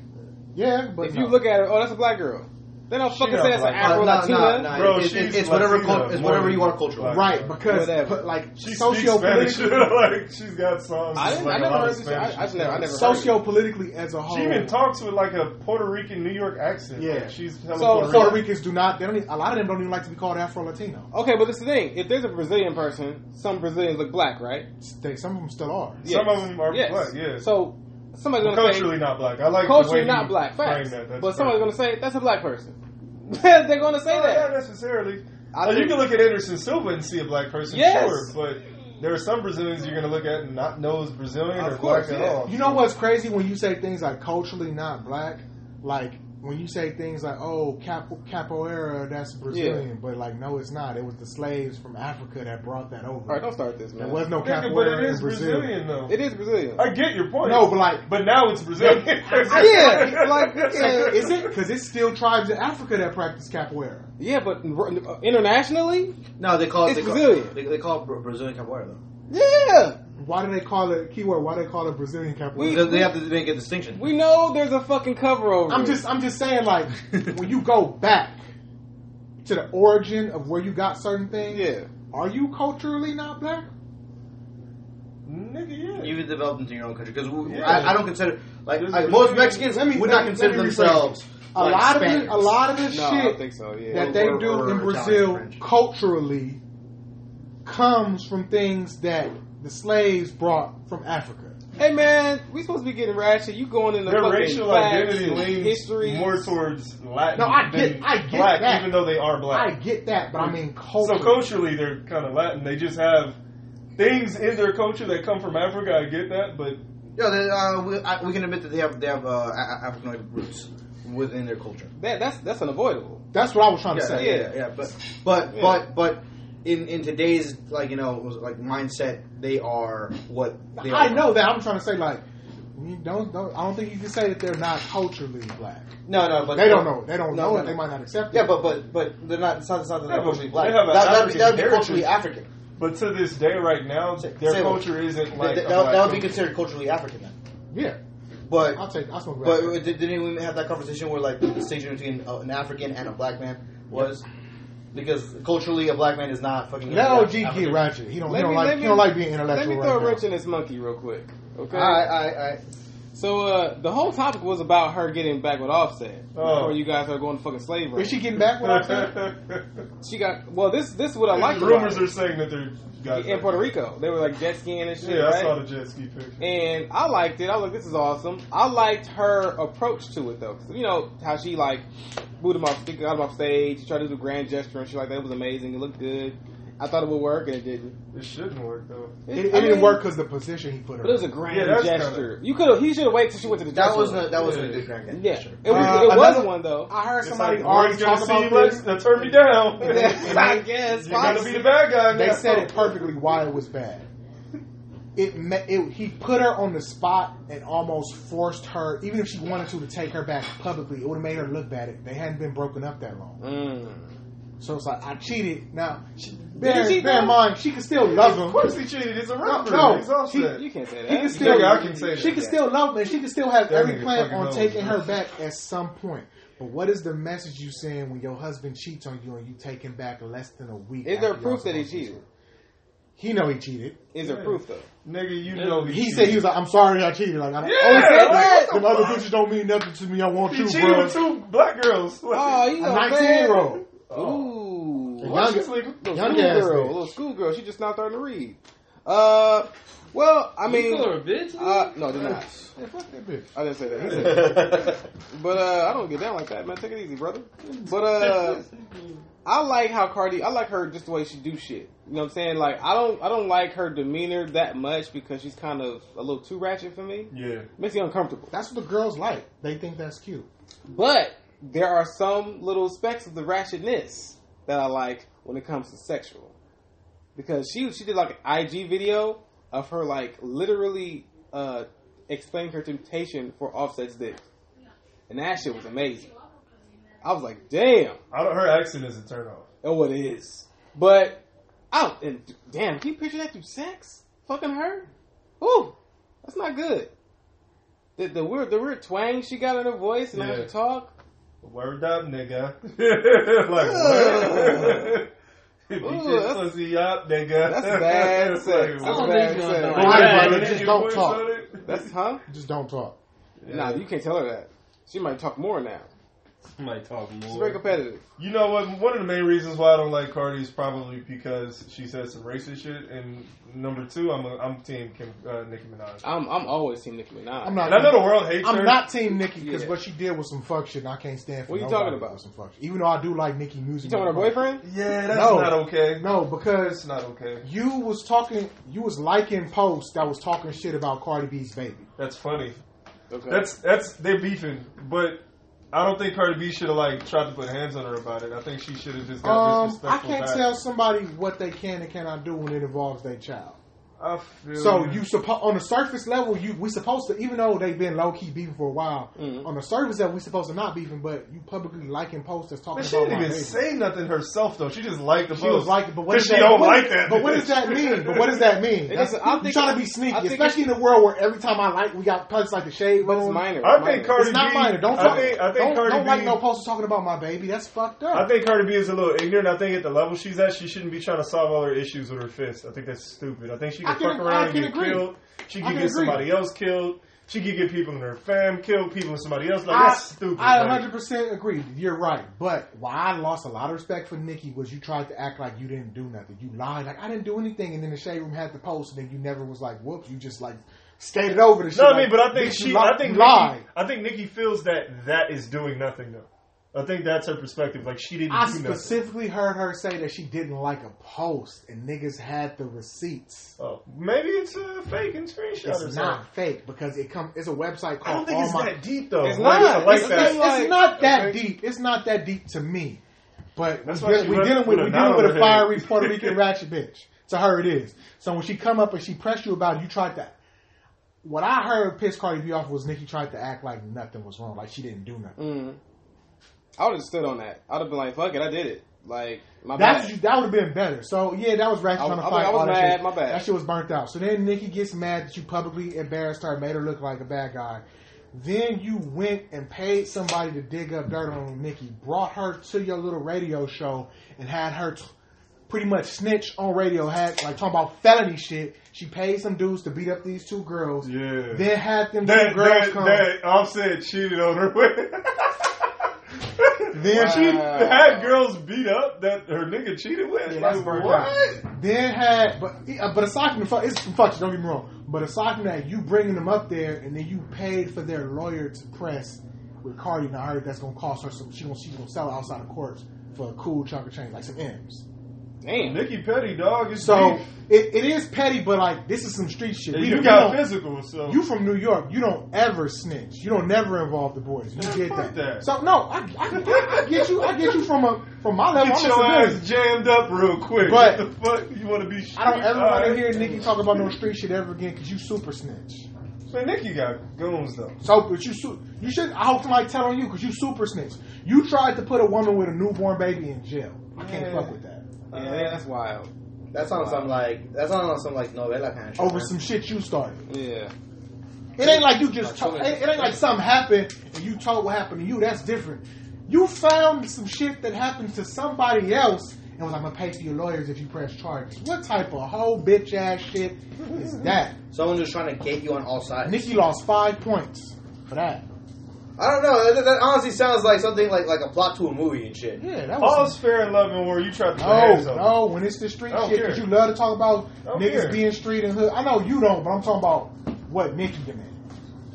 Yeah, but
if
no.
you look at her, oh, that's a black girl. They don't fucking
not
say that's an
black.
Afro Ah, Latina.
Bro,
it's, it's,
she's
it's whatever.
Latina,
Cult, it's
more
whatever
than
you are
black.
cultural.
right because
Whatever.
but, like
she
socio
speaks Spanish.
politically,
like she's got songs.
I
with,
didn't-
like,
I
a
never
lot
heard
of
this-
Spanish
I- I just never- I
influence.
never heard
socio politically as a whole.
She even talks with like a Puerto Rican New York accent.
Yeah.
Like, she's hella
So,
Puerto,
Puerto
Rican.
Ricans do not. They don't. Even, a lot of them don't even like to be called Afro Latino.
Okay, but this is the thing. If there's a Brazilian person, some Brazilians look black, right?
They some of them still are.
Some of them are
Yes.
black, yeah.
So somebody's gonna say
Culturally not black. I like the
culturally
way
not
you
black.
frame
Facts.
that. That's
but
fact.
somebody's going to say that's a black person. They're going to say
No,
that.
Not Oh, necessarily.
I
Like, you
think-
can look at Anderson Silva and see a black person,
Yes.
sure, but There are some Brazilians you're going to look at and not know is Brazilian
Of
or
course,
black
yeah.
at all.
You know what's crazy when you say things like culturally not black, like when you say things like "oh capo- capoeira," that's Brazilian, but like no, it's not. It was the slaves from Africa that brought that over.
All right, don't start this,
There
man.
was no
Nigga, but
capoeira
it is
in Brazil.
Brazilian though.
It is Brazilian.
I get your point.
No, but like,
but now it's Brazilian.
Yeah, like, yeah,
is it because it's still tribes in Africa that practice capoeira?
Yeah, but r- internationally,
No, they call it.
It's
They call,
Brazilian.
They, they call it Bra- Brazilian capoeira though.
yeah,
Why do they call it keyword? Why do they call it Brazilian capoeira?
We-
Because they have to make a distinction.
we know there's a fucking cover over.
I'm
it.
just I'm just saying like when you go back to the origin of where you got certain things,
yeah.
are you culturally not black?
Nigga, yeah.
you developed into your own country because
Yeah.
I, I don't consider like
There's
I-
a-
most Mexicans
let me-
would
let
not
me-
consider
let me rephrase.
themselves
A
like
lot of it,
Spaniards.
a lot of this
No, I don't
shit
think so. Yeah,
that they
Or-
do
or
in
Italian,
Brazil
French.
culturally comes from things that the slaves brought from Africa.
Hey man, we supposed to be getting ratchet. You going in the
Their
fucking
racial
facts
identity
and
leans
history.
more towards Latin.
No, I
than
get- I get
black,
that.
even though they are black.
I get that, but I mean
So
culturally.
culturally, they're kind of Latin. They just have things in their culture that come from Africa. I get that, but
Yeah, they, uh, we, I, we can admit that they have they have uh, A- A- African roots within their culture.
That that's that's unavoidable.
That's what I was trying
Yeah,
to say.
yeah, yeah, yeah, But but
Yeah.
but but in in today's like you know like mindset, they are what they
I
are.
know that. I'm trying to say like, you don't, don't. I don't think you can say that they're not culturally black.
No, no, but
They don't know. They don't know
No, no,
it.
no.
They might not accept it.
Yeah, but but but they're not. It's not, it's not that
Yeah, but
they're culturally
they
black.
have an
That that'd
African
be, that'd be
heritage.
culturally African.
but to this day, right now, their
Say what?
culture isn't like
Th-
a
that, that
black
would be
culture.
considered culturally African then.
yeah,
But
I'll take. I'll smoke.
But
But
did- didn't we have that conversation where like the distinction between uh, an African and a black man was because culturally a black man is not fucking.
let OG get
African.
ratchet. He don't. He
Let
don't
me-
like.
let
he
me-
don't like being
Let
intellectual.
me
right
throw a
now.
wrench in this monkey real quick. Okay.
I, I, I,
So uh, the whole topic was about her getting back with Offset.
Oh.
Before you guys are going to fucking slavery.
Is she getting back with us?
She got well. This this is what I like.
Rumors
about
are saying that they're
it.
guys.
in Puerto Rico. They were like jet skiing and shit.
yeah, I
right?
saw the jet ski picture.
and I liked it. I was like, this is awesome. I liked her approach to it though, 'Cause, you know how she like booted him off, got him off stage, tried to do a grand gesture and she like that was amazing. It looked good. I thought it would work, and it didn't.
It shouldn't work though.
It, it
I
didn't
mean,
work because the position he put her.
but it was a
in.
grand
Yeah, that's
gesture. You could have. He should have waited till she went to the.
that
dressing
was
room.
not that was a
Yeah.
good grand
Yeah,
gesture.
it was.
Uh,
it was
another-
one though.
I heard
It's
somebody
like,
already
always gonna
talk
see you
about
next.
this.
Now turn me down.
I guess.
You're gonna be
possibly.
the bad guy.
They
now.
said it perfectly why it was bad. It, ma- it he put her on the spot and almost forced her, even if she wanted to, to take her back publicly. It would have made her look bad. It they hadn't been broken up that long.
Mm.
So it's like I cheated. Now, she, bear,
she
bear
though?
in mind, she can still love
Of
him.
course he cheated. It's a rapper.
No,
He's all
she-
set.
You can't say that.
He can
Nigga,
still,
I can say
she
that.
can still love him. and She can still have
That
every
nigga
plan
fucking
on
knows.
taking her back at some point. But what is the message you saying when your husband cheats on you and you take him back less than a week?
Is there
after y'all
proof that he
supposed to
cheated?
cheat? He know he cheated.
Is there proof though?
Nigga, you know
He said he was like, "I'm sorry, I cheated." Like, I don't,
Yeah,
oh, he said that.
what the
Them other bitches don't mean nothing to me. I want
He
you,
cheated
bro.
with two black girls.
Oh, you
A
know,
nineteen-year-old.
Ooh,
A
Well,
young-
she's legal.
little
Young ass
schoolgirl,
bitch.
little schoolgirl. She just now starting to read. Uh, well, I
You
mean,
call her a bitch?
uh, no, did not.
Yeah, fuck that bitch.
I didn't say that. He said- but uh, I don't get down like that, man. Take it easy, brother. But uh, I like how Cardi. I like her just the way she do shit. You know what I'm saying? Like I don't, I don't like her demeanor that much because she's kind of a little too ratchet for me.
Yeah.
Makes me uncomfortable.
That's what the girls like. They think that's cute.
But there are some little specks of the ratchetness that I like when it comes to sexual. Because she she did like an IG video of her like literally uh explaining her temptation for offset's dick. And that shit was amazing. I was like, damn,
I don't, her accent is a turnoff.
oh what it is. But I don't and damn, can you picture that through sex? Fucking her? Ooh, that's not good. The, the weird the weird twang she got in her voice and how
Yeah.
she talk.
Word up, nigga. like, If you
Ooh,
get
that's-
pussy up, nigga.
That's bad
It's
sex.
Like,
That's
don't
what?
bad
think you're
sex.
not.
Like,
Hey,
you
brother,
get
just
your
don't
voice
talk.
on it?
That's huh?
Just don't talk.
Yeah.
Nah, you can't tell her that. She might talk more now.
might talk more.
She's very competitive.
You know what? One of the main reasons why I don't like Cardi is probably because she says some racist shit, and number two, I'm a, I'm team Kim, uh, Nicki Minaj.
I'm I'm always Team Nicki Minaj.
I'm not.
And I know the world hates her.
I'm not Team Nikki because
Yeah.
what she did was some fuck shit, and I can't stand for.
What you
nobody
talking about?
with Some fuck shit. Even though I do like Nikki music.
You talking about her boyfriend?
Yeah, that's
No.
not okay.
No,
That's
because
not okay.
you was talking, you was liking posts that was talking shit about Cardi B's baby.
That's funny.
Okay.
That's that's they're beefing, but I don't think Cardi B should have like tried to put hands on her about it. I think she should have just got
Um, I
disrespectful.
can't
back.
tell somebody what they can and cannot do when it involves their child.
I feel
So you suppo- on the surface level, you we supposed to even though they've been low key beefing for a while.
Mhm.
Mm-hmm.
On the surface level, we supposed to not beefing, but you publicly liking posts that's talking
But she
about
didn't
my
even
baby.
say nothing herself though. She just liked the
She
post.
was like, but what
Cause
does
she
that,
don't
what-
like that.
But what
bitch.
does that mean? But what does that mean?
It
That's,
doesn't- I
you
think-
trying to be
I
sneaky,
think
especially in a world where every time I like, we got posts like the shade
but it's
room.
minor.
I
minor.
think Cardi
It's not
B-
minor. Don't
I
talk.
think- I think
don't,
Cardi
don't like
B-
no posts talking about my baby. That's fucked up.
I think Cardi B is a little ignorant. I think at the level she's at, she shouldn't be trying to solve all her issues with her fist. I think that's stupid. I think she
I
can,
can-
fuck
I
around and
can
get
agree.
killed. She
I
can
can
get
agree.
somebody else killed. She can get people in her fam killed. People in somebody else. Like
I-
that's stupid.
I
Like,
100 percent agree. You're right, but why I lost a lot of respect for Nikki was you tried to act like you didn't do nothing. You lied like I didn't do anything, and then the shade room had the post, and then you never was like, "Whoops!" You just like skated over the shit.
No, I mean,
like,
but I think
bitch,
she.
you li-
I think
you lied.
Nikki, I think Nikki feels that that is doing nothing though. I think that's her perspective. Like she didn't
I
do nothing.
specifically heard her say that she didn't like a post, and niggas had the receipts.
Oh, maybe it's a fake and screenshot. or
It's
something.
not fake because it come. It's a website called.
I don't think
All
it's
My-
that deep though.
It's
Like,
not.
I like
It's-
that.
It's, it's not that
Okay.
deep. It's not that deep to me. But
That's
we
why
deal-
she
we
runs with
dealing with
a
we
knot
dealing
on
with a
her
fiery
head.
Puerto Rican ratchet bitch. To her it is. So when she come up and she pressed you about it, you tried to. What I heard pissed Cardi B off was Nikki tried to act like nothing was wrong, like she didn't do nothing.
Mm. I would have stood on that. I'd have been like, "Fuck it, I did it." Like my
That's
bad.
what you, that would have been better. So yeah, that was ratchet
I-
trying to
I was-
fight.
I was
all that
mad,
shit.
my bad.
That shit was burnt out. So then Nikki gets mad that you publicly embarrassed her, made her look like a bad guy. Then you went and paid somebody to dig up dirt on Nikki, brought her to your little radio show, and had her t- pretty much snitch on radio, had like talking about felony shit. She paid some dudes to beat up these two girls.
Yeah.
Then had them
That
two girls
that
come.
that offset cheated on her with.
Then-
she
Wow.
had girls beat up that her nigga cheated with.
Uh, Yeah,
like,
that's burnt
what?
out. Then had, but uh, but aside from the fuck, it's some fuck shit. Don't get me wrong. But aside from that, you bringing them up there, and then you paid for their lawyer to press with Cardi. Now I heard that's gonna cost her some. She gonna she's gonna sell it outside of court for a cool chunk of change, like some M's.
Damn.
Nikki Petty, dog. It's
So
so
it, it is petty, but like this is some street shit. We
you
don't-
got
we don't-
physical. So
you from New York, you don't ever snitch. You don't never involve the boys. You get
Fuck
that.
that.
So no, I, I, I get you. I get you from a from my level.
get
I'm a
your
civilian.
ass jammed up real quick.
But-
what the fuck you want to be?
I don't ever
street-
want to
alright.
hear Nikki talk about no street shit ever again because you super snitch.
Man, Nikki got goons though.
So, but you su- you should. I hope somebody tell on you because you super snitch. You tried to put a woman with a newborn baby in jail. I can't
Yeah.
fuck with that
Yeah, that's wild.
That sounds some like that sounds on some like novella kind of shit.
over
man.
some shit you started.
Yeah.
It ain't like you just. To- it, it ain't like something happened and you told what happened to you. That's different. You found some shit that happened to somebody else and was like, "I'm gonna pay for your lawyers if you press charges." What type of whole bitch ass shit is that?
Someone just trying to get you on all sides.
Nikki lost five points for that.
I don't know. That, that honestly sounds like something like like a plot to a movie and shit.
Yeah, that was
All's fair in love and war. You tried to put hands
No,
on.
no, when it's the street
I don't
shit, 'cause
care.
you love to talk about
I don't
niggas
care.
being street and hood. I know you don't, but I'm talking about what Nikki did.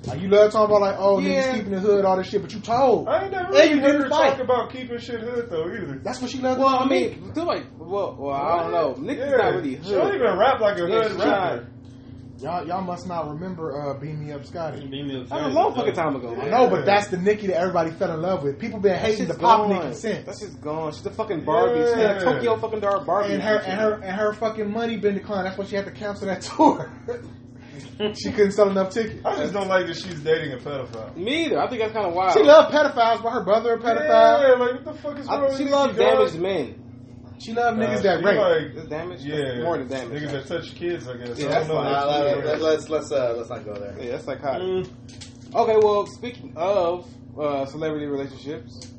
Like you love talking about like, oh,
Yeah.
niggas keeping the hood, all this shit, but you told.
I ain't never
Hey,
really
you
heard
didn't
her
fight.
talk about keeping shit hood though either.
That's what she loved.
Well,
about
I
Nikki.
mean, do like, well, well, I don't know. Nikki's not really
She don't
hood.
even rap like a
Yeah,
hood
she
rapper.
y'all y'all must not remember uh, beam me up, Scotty.
That was a long fucking time ago.
Yeah.
Man.
No, but that's the Nikki that everybody fell in love with. People been hating the pop Nikki
That's
since.
just gone. She's a fucking Barbie. She's
Yeah.
a Tokyo fucking dark Barbie.
And her and her and her fucking money been declined. That's why she had to cancel that tour. she couldn't sell enough tickets.
I just don't like that she's dating a pedophile.
Me either. I think that's kind of wild.
She loved pedophiles, but her brother a pedophile.
Yeah, like what the fuck is wrong
I,
with
she
you,
loves
dog?
damaged men.
She love
Nah,
niggas that
she
rape.
Like,
Is damage?
yeah,
More than damage.
Niggas that touch kids, I guess.
Yeah,
I
that's
don't know.
fine.
Uh, let,
That's
let, let's let's uh, let's not go there.
Yeah, that's psychotic.
Mm.
Okay, well, speaking of uh, celebrity relationships,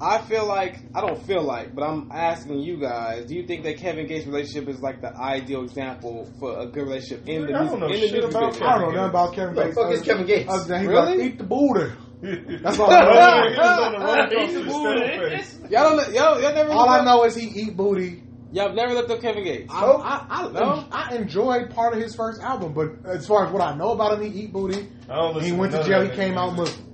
I feel like I don't feel like, but I'm asking you guys: Do you think that Kevin Gates' relationship is like the ideal example for a good relationship in the
I
music,
don't know
in the
shit
music
about
business?
I don't know nothing about Kevin
Who the
Gates.
fuck is
other-
Kevin Gates?
Other than he
Really?
really? eat the Buddha. That's all I know.
he was on the roller coaster to Stone Face.
Y'all don't. Y'all, y'all never.
All I know is he eat booty.
Y'all never looked up Kevin Gates.
I,
Nope.
I, I,
No.
I enjoyed part of his first album, but as far as what I know about him, he eat booty.
I don't listen
He went to
none of
jail.
that
He came out
music.
Muslim.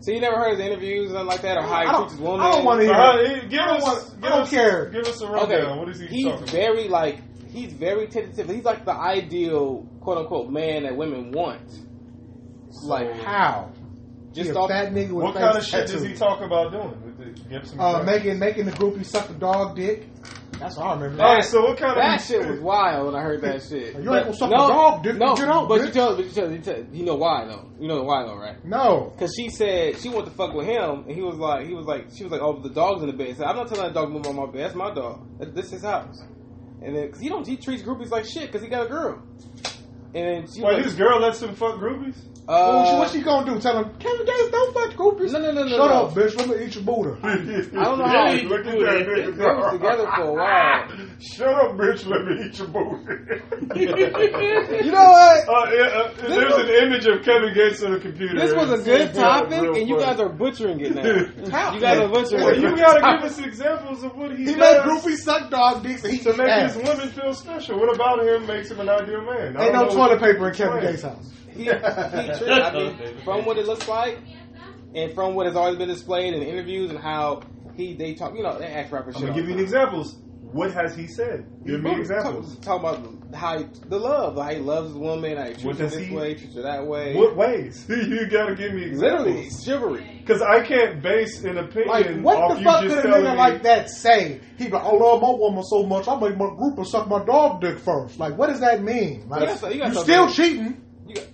So you never heard his interviews or nothing like that, or
I
how he
don't,
treats his woman.
I don't want to hear.
Uh,
it.
he- give
I don't
us-
wanna-
give
I don't
us-
care.
Give us a
Okay,
rundown. What is he
he's
talking about?
very like he's very tentative. He's like the ideal quote unquote man that women want. like
How?
just
He a
off
fat nigga with
What
face
kind of shit
tattoo.
does he talk about doing? With the Gibson
Uh,
Brothers?
making making the groupie suck the dog dick. That's all I remember.
All right, so what kind of
that shit was wild when I heard that shit.
You ain't
But
gonna suck
no,
a dog dick,
no,
get out,
but
bitch.
you tell, but you tell, you tell, you know why though. You know why though, right?
No,
Because she said she wanted to fuck with him, and he was like, he was like, she was like, oh, the dog's in the bed. I said, I'm not telling that dog to move on my bed. That's my dog. That- This is his house. And then, cause he don't, he treats groupies like shit, cause he got a girl. And then she
Wait, oh,
was
his
like,
girl lets him fuck groupies?
Well, she-
uh,
what she gonna do? Tell him Kevin Gates don't fuck groupies.
No, no, no, no,
Shut
no.
up, bitch. Let me eat your Buddha.
I
don't know how-
Look at that nigga.
they was together for a while.
Shut up, bitch. Let me eat your booty.
You know what?
Uh, yeah, uh, there's
was-
an image of Kevin Gates on the computer.
This was a
It's
good
pulled up
topic,
real
and you
quick.
guys are butchering it now.
How?
You guys are
Well,
butchering
you
it.
gotta give us examples of what he,
He made
does
groupie suck dog dicks and he
to
eat
make
ass.
his women feel special. What about him makes him an ideal man? I don't
Ain't no
Oh,
know
toilet
what-
paper in Kevin
Right.
Gates' house.
He, he treats, I mean, from what it looks like, and from what has always been displayed in interviews and how he they talk, you know, they act rapper
I'm
shit.
gonna
all
give you
the time.
examples. What has he said? Give me
Talk-
examples.
Talk about how he, the love, how he loves his woman, how he treats
What
her
does
this
he-
way, treats her that way.
What ways? You gotta give me
Literally,
examples.
it's chivalry.
Because I can't base an opinion
Like, what
off
the
you
fuck could
just
a
telling
nigga
me-
like that say? He be like, I love my woman so much, I make my grouper suck my dog dick first. Like, what does that mean? Like,
You gotta- you
you
gotta
still
stop
cheating.
You, got-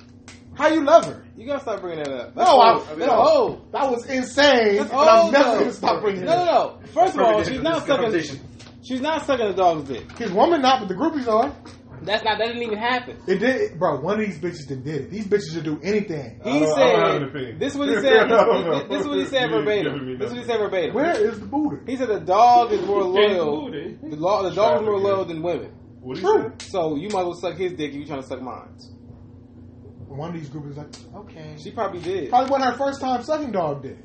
How you love her?
you gotta stop bringing that up.
No, I,
old.
no,
old.
that was insane.
That's
and I'm
old,
never
though.
gonna stop bringing it
Oh, No, no,
up.
no. First of all,
Perfect
she's
day
not
for this
sucking.
conversation.
She's not sucking the dog's dick.
His woman not, but the groupies are.
That's not. That didn't even happen.
It did, bro. One of these bitches done did it. These bitches should do anything.
I
He
don't- I don't have an
said,
opinion.
"This is what he
I
said.
don't know.
This, this is what he said
You ain't giving me
verbatim. This is what he said verbatim.
Where is the Buddha?
He said the dog is more loyal.
Included.
The, law, the dog is more
Trafficking.
loyal than women.
What he
True.
said?
So you might as well suck his dick if you trying to suck mine.
One of these groupies like, okay.
She probably did.
Probably wasn't her first time sucking dog dick.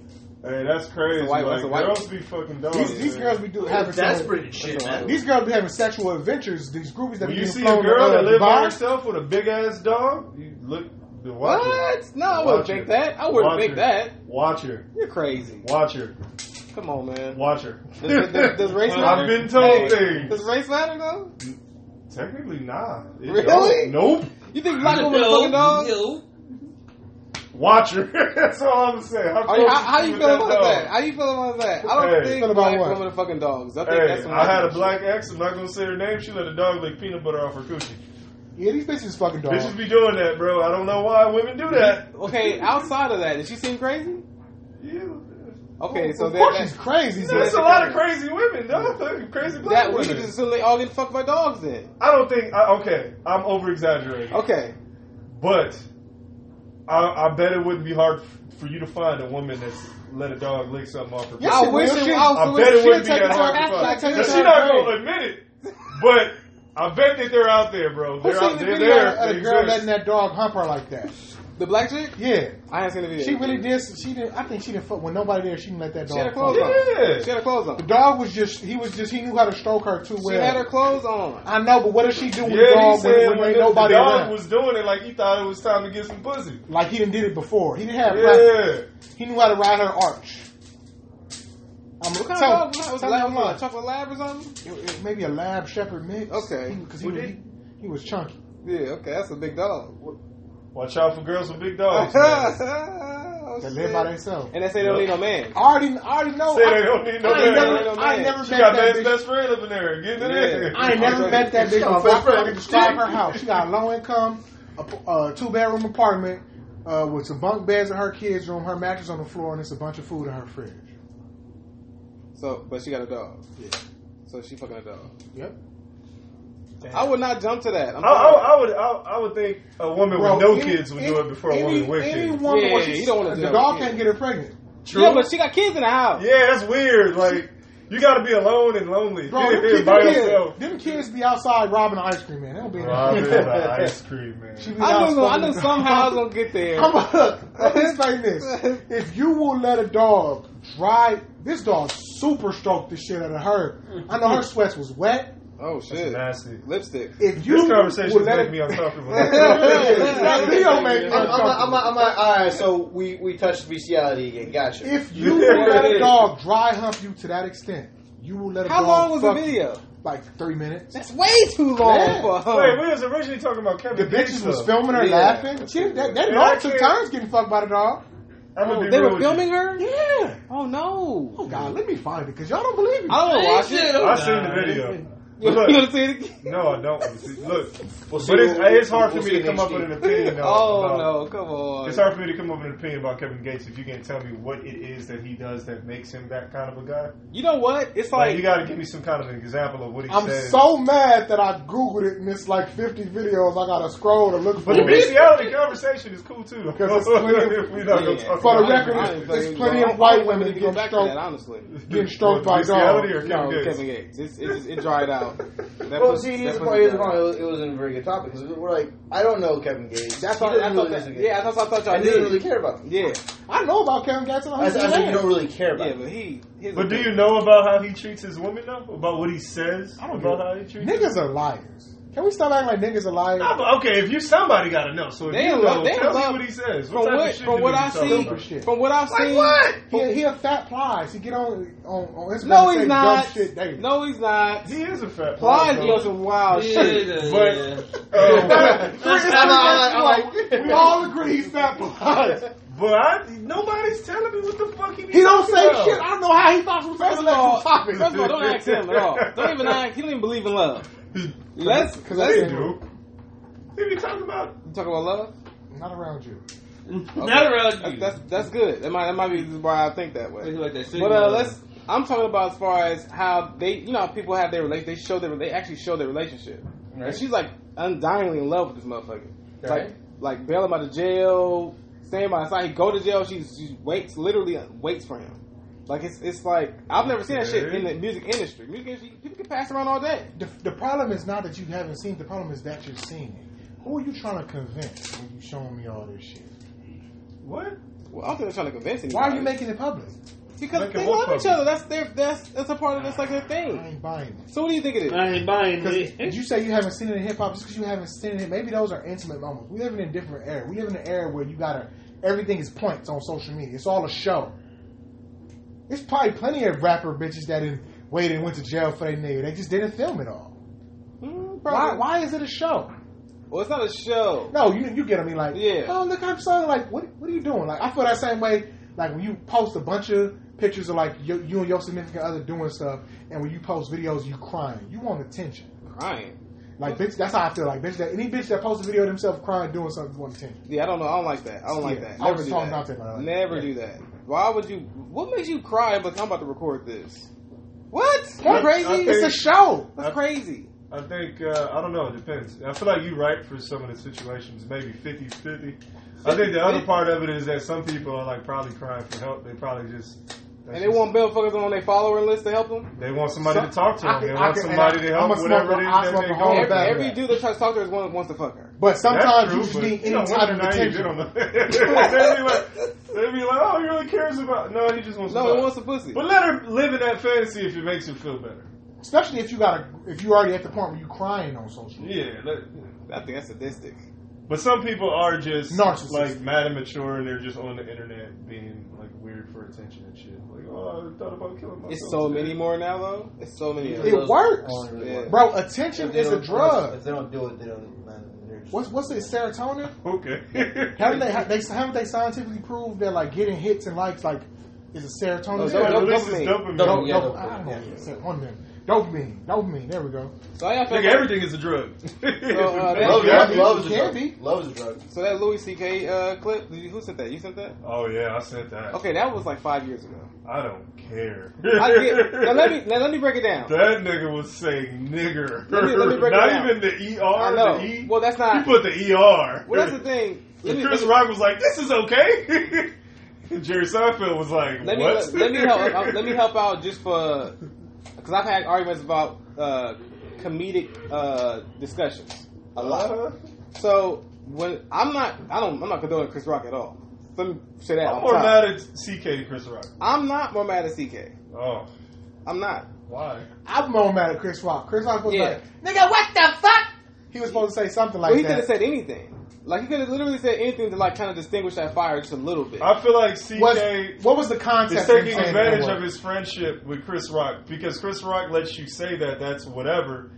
Hey, that's crazy.
It's a white one,
like,
it's a white
girls be fucking
Oh,
dogs.
These, these
man.
girls be do having
Desperate and shit, man.
These girls be having sexual adventures. These groupies that
When
be
you
getting
see a
flown to,
girl
uh,
that lives by
Dubai.
herself with a big ass dog, you look. the Watch her.
What? No, I wouldn't
Watch
think
her.
that. I wouldn't
Watch
think
her.
that.
Watch her.
You're crazy.
Watch her.
Come on, man.
Watch her.
Does, does, does race matter?
I've been told
Hey,
things.
Does race matter though?
Technically, nah. It
Really?
don't. Nope.
You think black women are fucking dogs?
Watch her. That's all I'm saying. How,
Are you,
close
how,
is
how
she
you
with
feel about
dog?
that? How you feel about that? I don't
Hey.
think
Feel about
black
what?
women are fucking dogs. I think that's
Hey,
some
I had a
white
black ex. I'm not gonna say her name. She let a dog lick peanut butter off her coochie.
Yeah, these bitches fucking dogs.
Bitches be doing that, bro. I don't know why women do that.
shit. Okay, outside of that, did she seem crazy?
Yeah.
Okay, so
of
that,
course she's
that,
crazy. so-
There's a lot of crazy women, dog. Crazy black
that we
women.
should just assume they all get fucked by dogs then.
I don't think. I, okay, I'm over exaggerating,
Okay,
but I, I bet it wouldn't be hard f- for you to find a woman that's let a dog lick something off her.
Yes,
I
it
wish
will.
it-
She-
I
I
so
bet
it's-
it wouldn't be
she'll
that
take
hard
it to
to
her-
find.
she'll
Now,
take it to
she
her
not
grave.
gonna admit it, but I bet that they're out there, bro.
Who
They're
seen
out
the
there.
video of
They're,
the
they
girl
exist.
letting that dog hump her like that?
The black chick?
Yeah,
I haven't seen the video.
she really did. She did. I think she didn't fuck when nobody there. She didn't let that
She had her
dog.
clothes
fuck.
on.
Yeah.
She had her clothes
The
on.
dog was just. He was just. He knew how to stroke her too well.
She had her clothes on.
I know, but what does she do with the
Yeah, he
dog
said
when,
when,
when ain't
the, the
nobody
dog
around?
was doing it, like he thought it was time to get some pussy.
Like he didn't did it before. He didn't have. practice.
Yeah.
He knew how to ride her arch. I'm
What kind
tell,
of dog was that? Was it
tell
lab,
him
was it a
what.
chocolate lab or something?
It- it- Maybe a lab shepherd mix.
Okay.
because he,
Who
was-
did?
he was chunky.
Yeah, okay, that's a big dog.
Watch out for girls with big dogs. man.
Oh,
They live
shit.
by themselves.
and they say they don't need no man.
I already, I already know.
Say
I,
they don't need no
I ain't
man.
They don't
never, I ain't
need
never
She
met
got
that
man's
bitch.
best friend up in there getting it in.
Yeah.
I ain't never met that bitch
She got
before.
my
I
friend.
can describe her house. She got a low income, a p- a two bedroom apartment uh, with some bunk beds in her kids' room, her mattress on the floor, and it's a bunch of food in her fridge.
So, but she got a dog.
Yeah.
So she fucking a dog.
Yep.
I would not jump to that. I'm
I, I,
sorry.
I would I, I would think a woman with no kids would do it before a woman with
any
kids.
Woman
Yeah,
where
you
she's-
don't wanna do
the
that
dog
with
can't get her pregnant.
True.
Yeah, but she got kids in the house.
Yeah, that's weird. Like You gotta be alone and lonely.
Bro, them,
You're
kids,
by
them,
yourself.
kids, them kids be outside robbing an ice cream man. They don't be in
Robin
there.
the ice cream man.
She be
I
out
knew, I knew
smoking-
somehow I was gonna get there.
I'm a, let me explain this. If you will let a dog drive, this dog super stroked the shit out of her. I know her sweats was wet.
Oh shit,
Nasty.
lipstick.
If you
This conversation
will
is
let
making
it-
me uncomfortable.
That video made me
I'm, I'm, I'm, I'm,
uncomfortable.
I'm, all right, so we, we touched bestiality again. Gotcha.
If you will let a dog dry hump you to that extent, you will let a
How
dog.
long was the
fuck
video?
you. Like three minutes.
That's way too long
Yeah.
for her.
Wait, we was originally talking about
The
Kevin Gates,
bitches was
though.
filming her
Yeah.
laughing. She, that that
Yeah,
dog
I
took
can't-
turns getting fucked by the dog.
I'm gonna be
they
real
were
with you.
filming her.
Yeah.
Oh
Oh
no!
God, let me find it because y'all don't believe me.
I don't want to watch
Shit,
it.
oh,
I
nah.
seen the video.
You
But
want
look,
to see it again?
no, I don't. want to see- Look,
We'll see
but it's,
what-
it's hard
we'll
for
see
me to come up
next
with an
week.
opinion. No,
Oh
no.
no, come on.
It's hard for me to come up with an opinion about Kevin Gates if you can't tell me what it is that he does that makes him that kind of a guy.
You know what? It's like,
Like, you got to give me some kind of an example of what he
I'm
says.
so mad that I googled it and it's like 50 videos. I gotta scroll to look for
But the
it.
bestiality conversation is cool too, though.
Because it's clear-
We're not gonna
Yeah.
talk
For the
about it.
record, it's-
didn't
there's
think-
plenty
I
of
don't
white
think we
women
need to go
getting
back to
stroked.
that. Honestly,
Getting stroked by a dog.
Bestiality or Kevin
no,
Gates?
Kevin Gates. It's, it, just- it dried out. That
Well,
pussy-
see,
that
here's
pussy
the point. Here's the
dried out.
point. It wasn't a very good topic. 'cause We're like, I don't know Kevin Gates.
That's
He
what
doesn't
I thought.
really
That,
listen to
yeah, that's what I thought y'all
Gates. I didn't really
did.
care about him.
Yeah,
I know about Kevin Gatsby.
I,
I,
I
said,
said you don't really care about
yeah,
him.
but he. his-
But do you know about how he treats his women though? About what he says?
I don't
about
know.
how he treats
Niggas are liars. Can we stop acting like niggas are liars?
Nah, but okay, if you somebody gotta know. So if
They
you
love-
know,
they
tell
love-
me what he says.
From
type of
what,
shit
from
do
what
you
I
talk
see,
about?
shit.
from what I've seen,
He, he a fat plies. He get on on, on Instagram
no,
and say
he's not.
dumb shit daily.
No, he's not.
He is a fat
Plies
though.
does some wild
Yeah,
shit.
yeah,
But
yeah.
uh,
I'm, I'm, I'm like,
We all agree he's fat plies.
but I, nobody's telling me what the fuck he. be
He don't
talking
say
about.
shit. I don't know how he thought was
First
first
of all,
topic.
first of all, don't ask him at all. Don't even ask. He don't even believe in love. Let's
Cause
let's
I
They do. They be talking about.
You talk about love.
Not around you.
Not around
That's,
you.
that's that's good. That might that might be why I think that way.
like that
But uh, let's. I'm talking about as far as how they, you know, how people have their relation. They show their, they actually show their relationship. And she's like undyingly in love with this motherfucker. Like,
Right.
like bail him out of jail, stand by his side. He go to jail. She, she waits, literally uh, waits for him. Like it's, it's like I've never seen that shit in the music industry. Music industry, people can pass around all day.
The, the problem is not that you haven't seen. it. The problem is that you're seeing it. Who are you trying to convince when you showing me all this shit?
What?
Well, I don't think they're trying to convince anybody.
Why are you making it public?
Because
Make it
they
look
love each
public.
other. That's their, that's that's a part of that's like their
I
thing.
ain't buying it.
So what do you think it is?
I ain't buying
Because
it.
you say you haven't seen it in hip hop, just because you haven't seen it, maybe those are intimate moments. We live in a different era. We live in an era where you gotta everything is points on social media. It's all a show. It's probably plenty of rapper bitches that in waited and went to jail for their nigga. They just didn't film it all.
Mm,
Why?
probably.
Why is it a show?
Well, it's not a show.
No, you you get what I mean. Like,
Yeah.
Oh, look, I'm sorry. Like, what what are you doing? Like, I feel that same way. Like when you post a bunch of pictures of like you, you and your significant other doing stuff, and when you post videos, you crying. You want attention.
Crying.
Like bitch, that's how I feel. Like bitch, that any bitch that posts a video of themself crying doing something you want attention.
Yeah, I don't know. I don't like that. I don't like
Yeah,
that.
I
Never
was
do
talking
that.
about that, man.
Never do that. Why would you? What makes you cry? Because I'm about to record this. What?
I-
That's crazy.
I
It's a
think-
show.
That's
I-
crazy.
I think uh, I don't know. It depends. I feel like you're right for some of the situations. Maybe 50-50. I think the other part of it is that some people are like probably crying for help. They probably just
And they want bill fuckers on their follower list to help them.
they want somebody to talk to
I
them. They
can- I
want
can-
somebody
and I-
to help
I'm a
whatever
smoker.
it is
I
that
smoke
they
a
go
whole
Every,
bag.
through.
every
that.
dude that tries to talk to her is one, wants to fuck her.
But sometimes
That's
you just
true,
need
but you don't
any type
wonder
of
now you get on
attention.
the- they be like, they be like, oh, he really cares about. No, he just wants. to
No, he
fuck.
wants some pussy.
But let her live in that fantasy if it makes her feel better.
Especially if you got a, if you already at the point where you crying on social. media.
Yeah. Let,
I think that's sadistic.
but some people are just
Narcissist.
like mad and mature, and they're just on the internet being like weird for attention and shit. Like, oh, I thought about killing myself.
It's so
today.
many more now, though. It's so many. of
It
them.
Those
works.
aren't really
Yeah.
working.
Bro, attention
If they
is a
don't- If
drug.
they don't do it, they don't. Man, they're just-
What's what's it? Serotonin.
Okay.
Haven't they, ha- they haven't they scientifically proved that like getting hits and likes like is a
No,
serotonin?
Yeah,
Oh, don't-
it
don't-
releases
dopamine.
dopamine.
Dope-
yeah,
dope- I don't know. It's a- on them. Dopamine, dopamine. There we go.
So how y'all feel
Nigga,
about-
everything is a drug.
uh, that-
Love,
Yeah,
love,
it
love is a
can
drug.
be.
Love is a drug.
So that Louis C.K. Uh, clip, did you, who sent that? You sent that?
oh yeah, I said that.
Okay, that was like five years ago.
I don't care.
I get, now let me now let me break it down.
That nigga was saying nigger.
Let me- let me break it
Not
down.
even the ER.
I know.
The e.
Well, that's not-
He put the ER.
Well, that's the thing. Let
And
me,
Chris
let me-
Rock was like, "This is okay." And Jerry Seinfeld was like,
let me let,
"What?"
let me help uh, let me help out just for because I've had arguments about uh, comedic uh, discussions a lot. So when I'm not, I don't, I'm not condoning Chris Rock at all. Let me say that.
I'm
off
more
top.
mad at CK than Chris Rock.
I'm not more mad at CK.
Oh,
I'm not.
why?
I'm more mad at Chris Rock. Chris Rock was
Yeah.
like, "Nigga, what the fuck?" He was supposed to say something like
well, he could
that.
have said anything. Like he could have literally said anything to like kind of distinguish that fire just a little bit.
I feel like CK
was, what was the
is
concept? of him
taking
saying that
advantage
word?
of his friendship with Chris Rock because Chris Rock lets you say that that's whatever,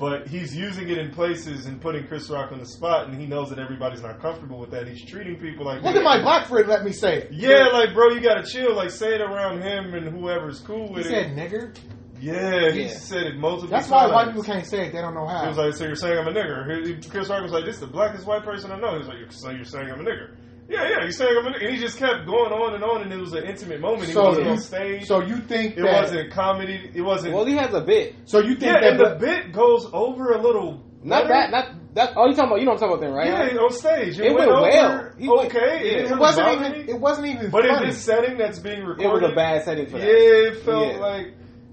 but he's using it in places and putting Chris Rock on the spot, and he knows that everybody's not comfortable with that. He's treating people like
Look at my black friend. Let me say it.
Yeah, like bro, you gotta chill. Like say it around him and whoever's cool
He
with
said,
it.
"Nigger."
Yeah, he
Yeah.
said it multiple
That's why
times.
white people can't say it. They don't know
He
how.
was like, so you're saying I'm a nigger? He- he- Chris Rock was like, this is the blackest white person I know. He was like, so you're saying I'm a nigger? Yeah, yeah, you're saying I'm a nigger. And he just kept going on and on, and it was an intimate moment. He
so
wasn't on
you,
stage.
so you think
it
that?
wasn't comedy. It wasn't.
well, he has a bit.
So you think
yeah,
that?
and the bit goes over a little.
Not that.
better.
Not that. Oh, you talking about? You know what I'm talking about, then, right?
Yeah, on stage. It,
It
went,
went well.
over.
He went-
okay.
yeah.
didn't
it wasn't
bother
even.
me.
It wasn't even.
But in
funny.
this setting that's being
It was
recorded,
a bad setting for that.
Yeah, it felt
Yeah.
like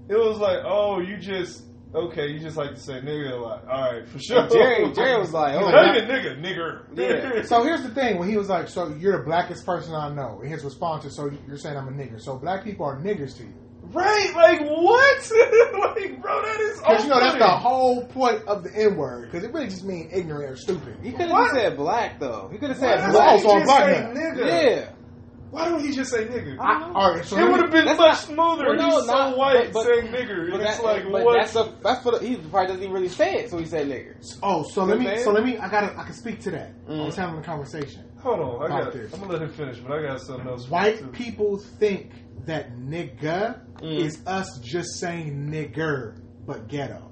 it was like, oh, you just okay, you just like to say nigga a lot. All right, for sure.
And Jerry, Jerry was like, oh,
not even nigga, nigger.
Yeah.
So here's the thing: when he was like, "So you're the blackest person I know," and his response is, "So you're saying I'm a nigger?" So black people are niggers to you
right, like what? like, bro, that is
because you know that's the
off-putting.
whole point of the N word because it really just means ignorant or stupid.
He could have
What?
said black though. He could have
Why
said
does
black.
he
Also
just
black
say
now.
nigga?
Yeah.
Why don't he just say nigga?
I, all right, so
it would have been much
That's not-
smoother.
Well, no,
He's so
not-
white
but- but-
saying nigger.
But,
and it's
that,
like
but
what?
that's a, that's for the, he probably doesn't even really say it, so he said nigger.
Oh, so let me.
Okay.
So let me. I got. to I can speak to that. I was having a conversation.
Hold on, I
About
got.
this.
I'm gonna let him finish, but I got something else. for you,
White
too.
people think that nigga
Mm.
is us just saying nigger, but ghetto.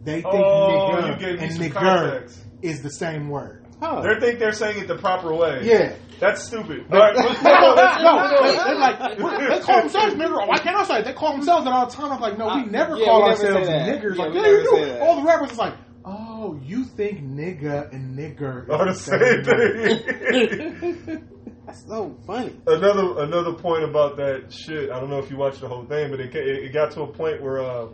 They think
Oh, you
nigger
gave me
and
some
nigger
context.
is the same word.
Huh.
They think they're saying it the proper way.
Yeah.
That's stupid. All right, let's-
No,
let's-
no, they, they're like, they call themselves nigger. Why can't I say it? They call themselves at all the time. I'm like, no, we
Uh,
never
yeah,
call
we never say
ourselves
that.
niggers.
Yeah,
like,
we
yeah,
never
you
say
do.
that.
All the rappers is like, oh, you think nigga and nigger
Are
are
the same thing.
That's so funny.
another another point about that shit. I don't know if you watched the whole thing, but it ca- it, it got to a point where uh,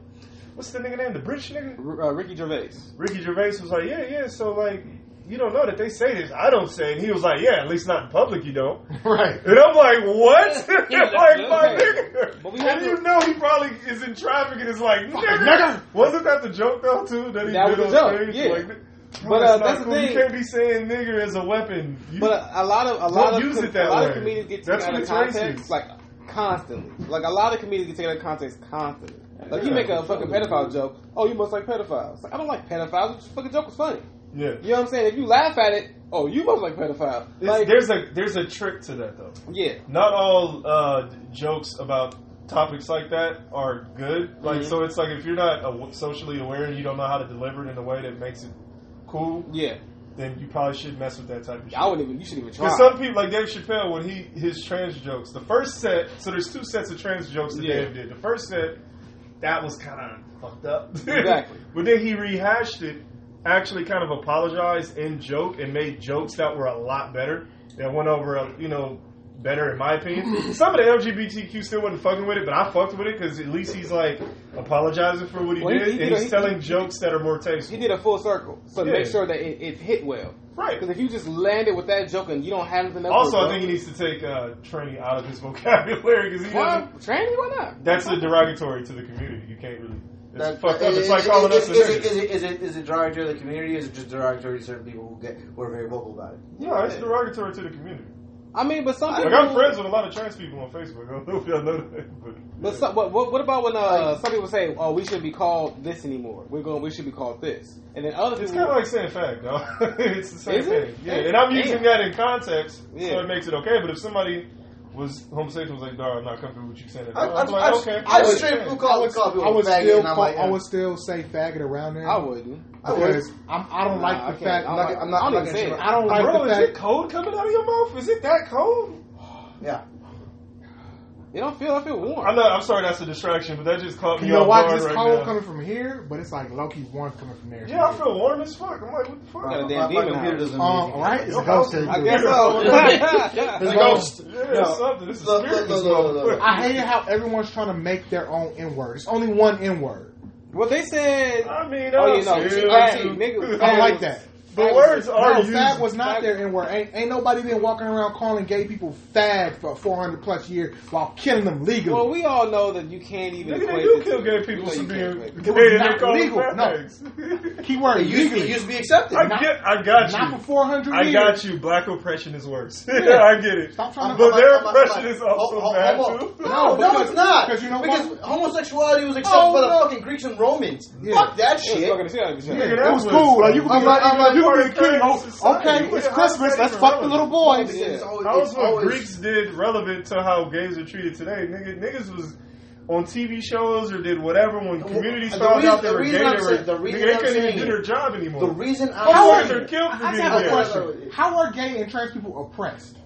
what's the nigga name? The British nigga
R- uh, Ricky Gervais.
Ricky Gervais was like, yeah, yeah. So like, you don't know that they say this. I don't say, it. and he was like, yeah, at least not in public, you don't.
Right.
And I'm like, what?
Yeah,
like my
okay.
nigga.
But we have
and you
to-
know he probably is in traffic and is like, nigga.
nigga.
Wasn't that the joke though too? That he
That
did
was
on
the joke,
stage?
yeah.
Like, bro,
But, uh,
it's not
that's the
cool. You
thing.
can't be saying nigger as a weapon. You-
But uh, a, a lot of a
Don't
lot
use
of
it that
a lot
way.
of comedians get taken
That's
out of
when it's
context,
racist.
like constantly. Like a lot of comedians get taken out of context constantly. Like you
Yeah.
make a fucking pedophile joke. Oh, you must like pedophiles. Like I don't like pedophiles. This fucking joke was funny. You
yeah.
know what I'm saying? If you laugh at it, oh, you must like pedophiles.
It's-
Like
there's a there's a trick to that though.
yeah,
Not all uh, jokes about topics like that are good. Like
Mhm.
so, it's like if you're not aw- socially aware and you don't know how to deliver it in a way that makes it cool,
yeah.
then you probably should mess with that type of shit.
I wouldn't even. You shouldn't even try.
Because some people, like Dave Chappelle, when he his trans jokes, the first set. So there's two sets of trans jokes that
Yeah.
Dave did. The first set, that was kind of fucked up.
Exactly.
but then he rehashed it, actually kind of apologized in joke and made jokes that were a lot better. That went over, uh, you know, better in my opinion. Some of the LGBTQ still wasn't fucking with it, but I fucked with it because at least he's like apologizing for what he
Well, he-
did
he
and
did-
he's
he-
telling jokes that are more
he
tasteful.
did a full circle, so to
Yeah.
make sure that it, it hit well.
Right.
Because if you just landed with that joke and you don't have nothing else.
Also,
to
I think he needs to take uh, tranny out of his vocabulary because he
why
doesn't.
tranny? Why not?
That's a derogatory to the community. You can't really. It's
That-
fucked
that-
up. It's
is-
like
is-
calling
is-
us a
is it-
nigger.
is it- is it- is it derogatory to the community? Or is it just derogatory to certain people who get who are very vocal about it?
No, it's derogatory to the community.
I mean, but some
Like
people.
I'm friends with a lot of trans people on Facebook. I don't know if y'all know that, but
But some, what, what, what about when uh, some people say, "Oh, we shouldn't be called this anymore. We're going. We should be called this." And then other
it's
people,
kind of like saying fag, dog. it's the same
Is
thing.
it?
Yeah, and I'm
Damn.
using that in context, so
Yeah.
it makes it okay. But if somebody was homosexual, was like, "Dog, I'm not comfortable with you saying that,"
I- I-
I'm like,
I-
"Okay."
I
yeah,
would straight
yeah.
up call, I would call people
I would
faggot,
still,
and I'm
call-
like,
I
yeah.
would still say faggot around there.
I wouldn't.
I would.
because I'm, I don't
Nah,
like the
I can't.
fact.
I
I'm
don't
not,
like-
I'm not,
I don't
I'm not
even
gonna
say
say
it.
I don't like
Bro,
the
is it
fact.
cold coming out of your mouth? Is it that cold?
Yeah.
It don't feel. I feel warm.
I'm not. I'm sorry, that's a distraction, but that just caught me
You know
off
why?
guard
'Cause It's
right
cold
now.
coming from here, but it's like Loki warm coming from there.
Yeah, I feel warm as fuck. I'm like, what the fuck?
Got a
My- my
damn demon.
computer
house.
doesn't
Um,
move. Oh,
right? It's a
Your
ghost.
house is
I
everywhere.
guess
There's
so.
a ghost.
Yeah,
No.
something. This is
Look,
spirit.
look,
this
look, look, look.
motherfucker.
I hate how everyone's trying to make their own N word. It's only one N word.
well, they said.
I mean,
Oh, you
I'm
know,
serious.
hey, nigga,
I don't like that.
The
Fab
words
was,
are
no,
used.
Fab was not their N word. Ain't, ain't nobody been walking around calling gay people fag for 400 plus years while killing them legally.
Well, we all know that you can't even.
Nigga, they
equate
do
the
kill
two.
gay
You
people
know
for
you
being
can't equate.
It was
gay. They
not
call them
legal. No.
fags.
Keyword
It used, to, it
legally.
used to be accepted.
I
Not-
get. I got you.
Not for 400
I
years.
got you. Black oppression is worse. Yeah, I get it.
Stop trying to-
But their
I'm like-
oppression
I'm
is
like,
also
ho- ho-
bad
homo-
too.
No,
No,
no, it's not.
because you know
because
what?
homosexuality was accepted
Oh,
by the
no.
fucking Greeks and Romans.
Yeah.
Fuck that
It was
shit.
fucking the shit out of each other.
Nigga,
It
that
was cool. Like you could be
I'm
like,
not- I'm
like,
not
you
part
could
of
be a
Christian
kid. Oh,
society.
okay,
What-
it's
how's
Christmas.
that
Let's
even
fuck the little
relevant?
boys.
Yeah.
It's always-
How
it's
is what
always-
Greeks did relevant to how gays are treated today? Nigga, niggas was on TV shows or did whatever when communities
the
found
reason-
out they
the
were gay.
reason
They,
I'm
were,
saying- the reason
nigga, they
I'm
couldn't even
saying
do
it-
their job anymore.
The reason I'm
How are
saying-
they killed for being
I just have a
gay?
question. How are gay and trans people oppressed?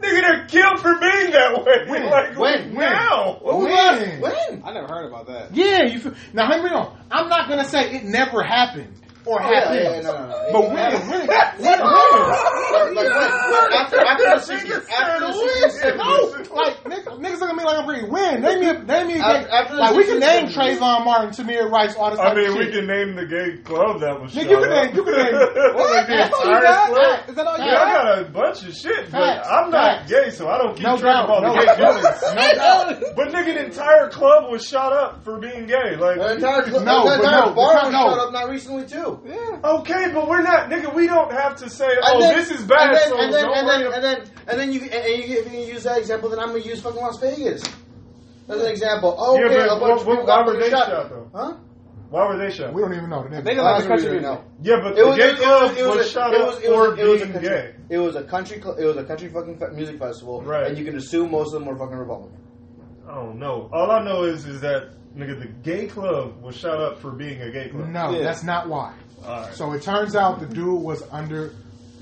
Nigga, they're killed for being that way.
When?
Like,
When?
Now.
When was
When?
that? When?
I never heard about that.
Yeah, you feel, now hear me on. I'm not gonna say it never happened or
Oh, yeah,
happened,
yeah, yeah, no, no, no.
but when, when, when,
Like, like, when? After, after the 60s, after the 60s,
Nigga said
70s.
no, like niggas, niggas look at me like I'm pretty win. Name me, a, name me a
After-
gay.
after the
like we can
60s,
name
70s.
Trayvon Martin, Tamir Rice, all this.
I
type of
mean, we
shit.
can name the gay club that was
Nigga,
shot
you can
up.
name- you can name-
Like the
That's all you
entire
got?
club.
Is that all you
Yeah, I
got?
got a bunch of shit, but
Facts,
I'm not
facts.
gay, so I don't keep
No
track of all the
doubt, no
gay
doubt.
killings.
No doubt.
But nigga, the entire club was shot up for being gay. Like,
The entire, cl-
No,
the
but no,
entire bar
but
was
no.
shut up not recently, too.
Yeah.
okay, but we're not, nigga. We don't have to say, oh,
then-
this is bad.
And then,
so
and, then,
don't
and,
worry
then,
ab-
and then, and then you, and, and you, if you use that example, then I'm gonna use fucking Las Vegas as an example. Oh,
Yeah,
okay,
but
a bunch
what-
of people
what- why
got
were
fucking
they
shot.
shot, though?
Huh?
Why were they shot?
We don't even know. The name
They
of
did
the
like
club.
a country
Really,
music.
no.
Yeah, but
It
the
was,
gay
it
club
was, it
was,
was, a-
shot
it was,
up
it was,
for
it was a
being
country,
gay.
it was a country, cl- it was a country fucking fe- music festival,
Right.
and you can assume most of them were fucking Republican.
I don't know. All I know is is that nigga, the gay club was shot up for being a gay club.
No,
Yeah.
that's not why.
Alright.
So it turns out the dude was under.